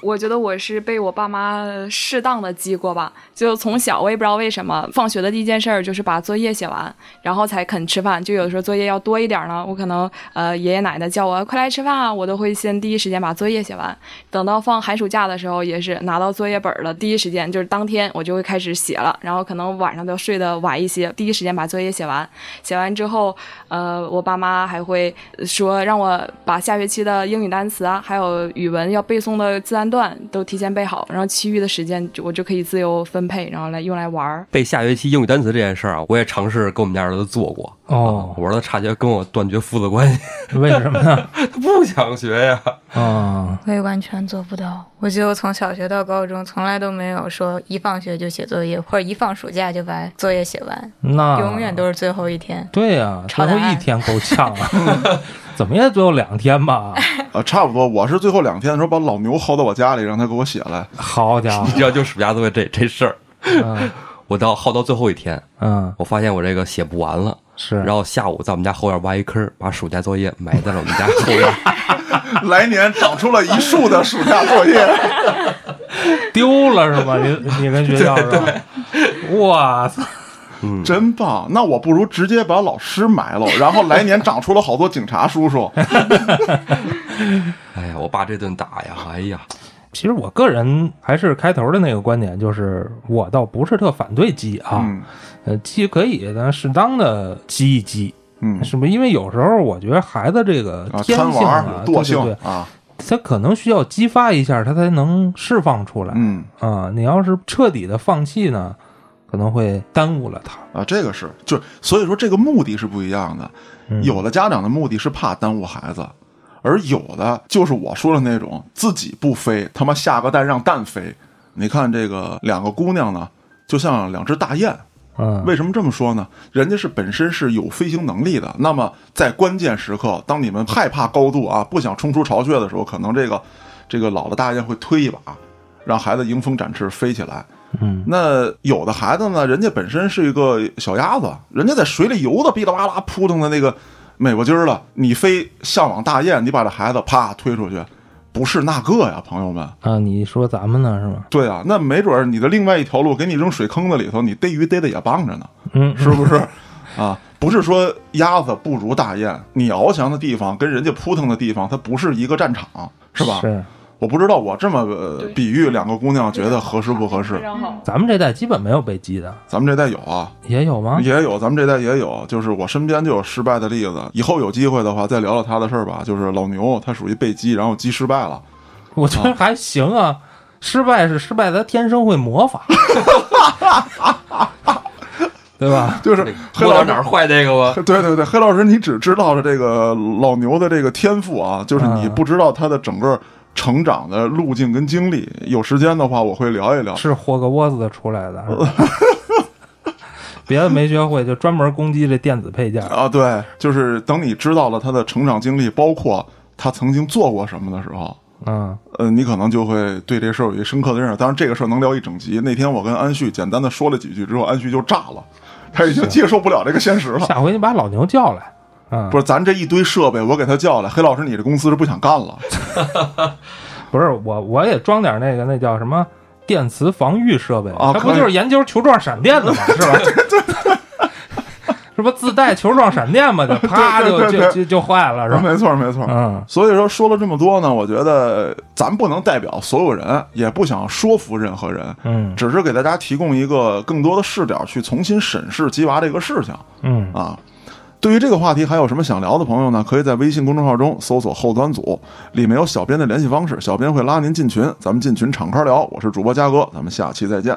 S4: 我觉得我是被我爸妈适当的激过吧，就从小我也不知道为什么，放学的第一件事儿就是把作业写完，然后才肯吃饭。就有时候作业要多一点儿呢，我可能呃爷爷奶奶叫我快来吃饭啊，我都会先第一时间把作业写完。等到放寒暑假的时候，也是拿到作业本儿了，第一时间就是当天我就会开始写了，然后可能晚上都睡得晚一些，第一时间把作业写完。写完之后，呃，我爸妈还会说让我把下学期的英语单词啊，还有语文要背诵的自然段都提前背好，然后其余的时间就我就可以自由分配，然后来用来玩儿。
S1: 背下学期英语单词这件事儿啊，我也尝试跟我们家儿子做过。
S2: 哦，
S1: 我儿子差点跟我断绝父子关系， *laughs*
S2: 为什么 *laughs* 呢？
S1: 他不想学呀。 *laughs*
S2: 啊、
S5: 我也完全做不到。我觉得我从小学到高中，从来都没有说一放学就写作业，或者一放暑假就把作业写完，
S2: 那
S5: 永远都是最后一天。
S2: 对呀、最
S5: 吵
S2: 后
S5: 答
S2: 一
S5: 案
S2: 天够呛
S5: *laughs*
S2: 啊，怎么也最后两天吧。
S3: 呃，差不多，我是最后两天的时候把老牛薅到我家里，让他给我写来。
S2: 好家伙
S1: 你，知道，就暑假作业这这事儿，
S2: 嗯
S1: *laughs* 我到耗到最后一天，
S2: 嗯，
S1: 我发现我这个写不完了，
S2: 是，
S1: 然后下午在我们家后院挖一坑儿，把暑假作业埋在了我们家后院。 *laughs*
S3: *laughs* 来年长出了一树的暑假作业，
S2: 丢了是吧？ *laughs* 你你跟学校是吧？哇塞，
S3: 真棒！那我不如直接把老师埋了，然后来年长出了好多警察叔叔。
S1: 哎呀，我爸这顿打呀，哎呀，
S2: 其实我个人还是开头的那个观点，就是我倒不是特反对鸡 *laughs* 啊，
S3: 嗯
S2: 呃，鸡可以呢适当的激一激，
S3: 嗯
S2: 是不是？因为有时候我觉得孩子这个
S3: 啊，
S2: 天
S3: 贪
S2: 性
S3: 玩
S2: 啊
S3: 儿、，
S2: 对
S3: 惰
S2: 对
S3: 性
S2: 对，
S3: 啊，
S2: 他可能需要激发一下，他才能释放出来。
S3: 嗯
S2: 啊，你要是彻底的放弃呢，可能会耽误了他。
S3: 啊，这个是就所以说这个目的是不一样的。
S2: 嗯
S3: 有的家长的目的是怕耽误孩子，而有的就是我说的那种自己不飞，他妈下个蛋让蛋飞。你看这个两个姑娘呢，就像两只大雁。
S2: 嗯，
S3: 为什么这么说呢？人家是本身是有飞行能力的。那么在关键时刻，当你们害怕高度啊，不想冲出巢穴的时候，可能这个这个老的大雁会推一把，让孩子迎风展翅飞起来。
S2: 嗯，
S3: 那有的孩子呢，人家本身是一个小鸭子，人家在水里游的，哔啦吧啦扑腾的那个美国鸡儿了。你非向往大雁，你把这孩子啪推出去，不是那个呀，朋友们。
S2: 啊，你说咱们呢是吗？
S3: 对啊，那没准儿你的另外一条路给你扔水坑子里头，你逮鱼逮的也棒着呢，
S2: 嗯，
S3: 是不是？啊，不是说鸭子不如大雁，你翱翔的地方跟人家扑腾的地方，它不是一个战场，是吧？
S2: 是。
S3: 我不知道我这么、呃
S4: 对
S3: 比喻两个姑娘，觉得合适不合适
S4: 非？常好。
S2: 咱们这代基本没有被激的，
S3: 咱们这代有啊，
S2: 也有吗？
S3: 也有，咱们这代也有，就是我身边就有失败的例子。以后有机会的话，再聊聊他的事儿吧。就是老牛，他属于被击，然后击失败了。
S2: 我觉得还行啊。失败是失败，他天生会魔
S3: *laughs*
S2: 法，对吧？
S3: 就是
S1: *laughs*
S3: 黑
S1: 摸
S3: 老
S1: 到
S3: 师
S1: 哪儿坏那个吧。
S3: *laughs* 对对对，黑老师，你只知道了这个老牛的这个天赋啊，就是你
S2: 嗯
S3: 不知道他的整个成长的路径跟经历。有时间的话，我会聊一聊。
S2: 是霍格沃兹出来的，是 *laughs* 吧别的没学会，就专门攻击这电子配件。
S3: 啊，对，就是等你知道了他的成长经历，包括他曾经做过什么的时候，
S2: 嗯，
S3: 呃，你可能就会对这事儿有一深刻的认识。当然，这个事儿能聊一整集。那天我跟安旭简单的说了几句之后，安旭就炸了，他已经接受不了这个现实了。
S2: 下回你把老牛叫来。嗯，
S3: 不
S2: 是
S3: 是，咱这一堆设备，我给他叫来，黑老师，你这公司是不想干了？
S2: 不是，我我也装点那个那叫什么电磁防御设备，
S3: 啊
S2: 它
S3: 可
S2: 不
S3: 以
S2: 就是研究球状闪电
S3: *laughs*
S2: 的吗？是吧？是不自带球状闪电嘛？就啪
S3: 对
S2: 就
S3: 对对
S2: 就就
S3: 对
S2: 就坏了，是吧？啊
S3: 没错，没错。
S2: 嗯
S3: 所以说说了这么多呢，我觉得咱不能代表所有人，也不想说服任何人，
S2: 嗯
S3: 只是给大家提供一个更多的视角去重新审视鸡娃这个事情
S2: 嗯
S3: 啊。对于这个话题还有什么想聊的朋友呢？可以在微信公众号中搜索“后端组”，里面有小编的联系方式，小编会拉您进群，咱们进群敞开聊。我是主播嘉哥，咱们下期再见。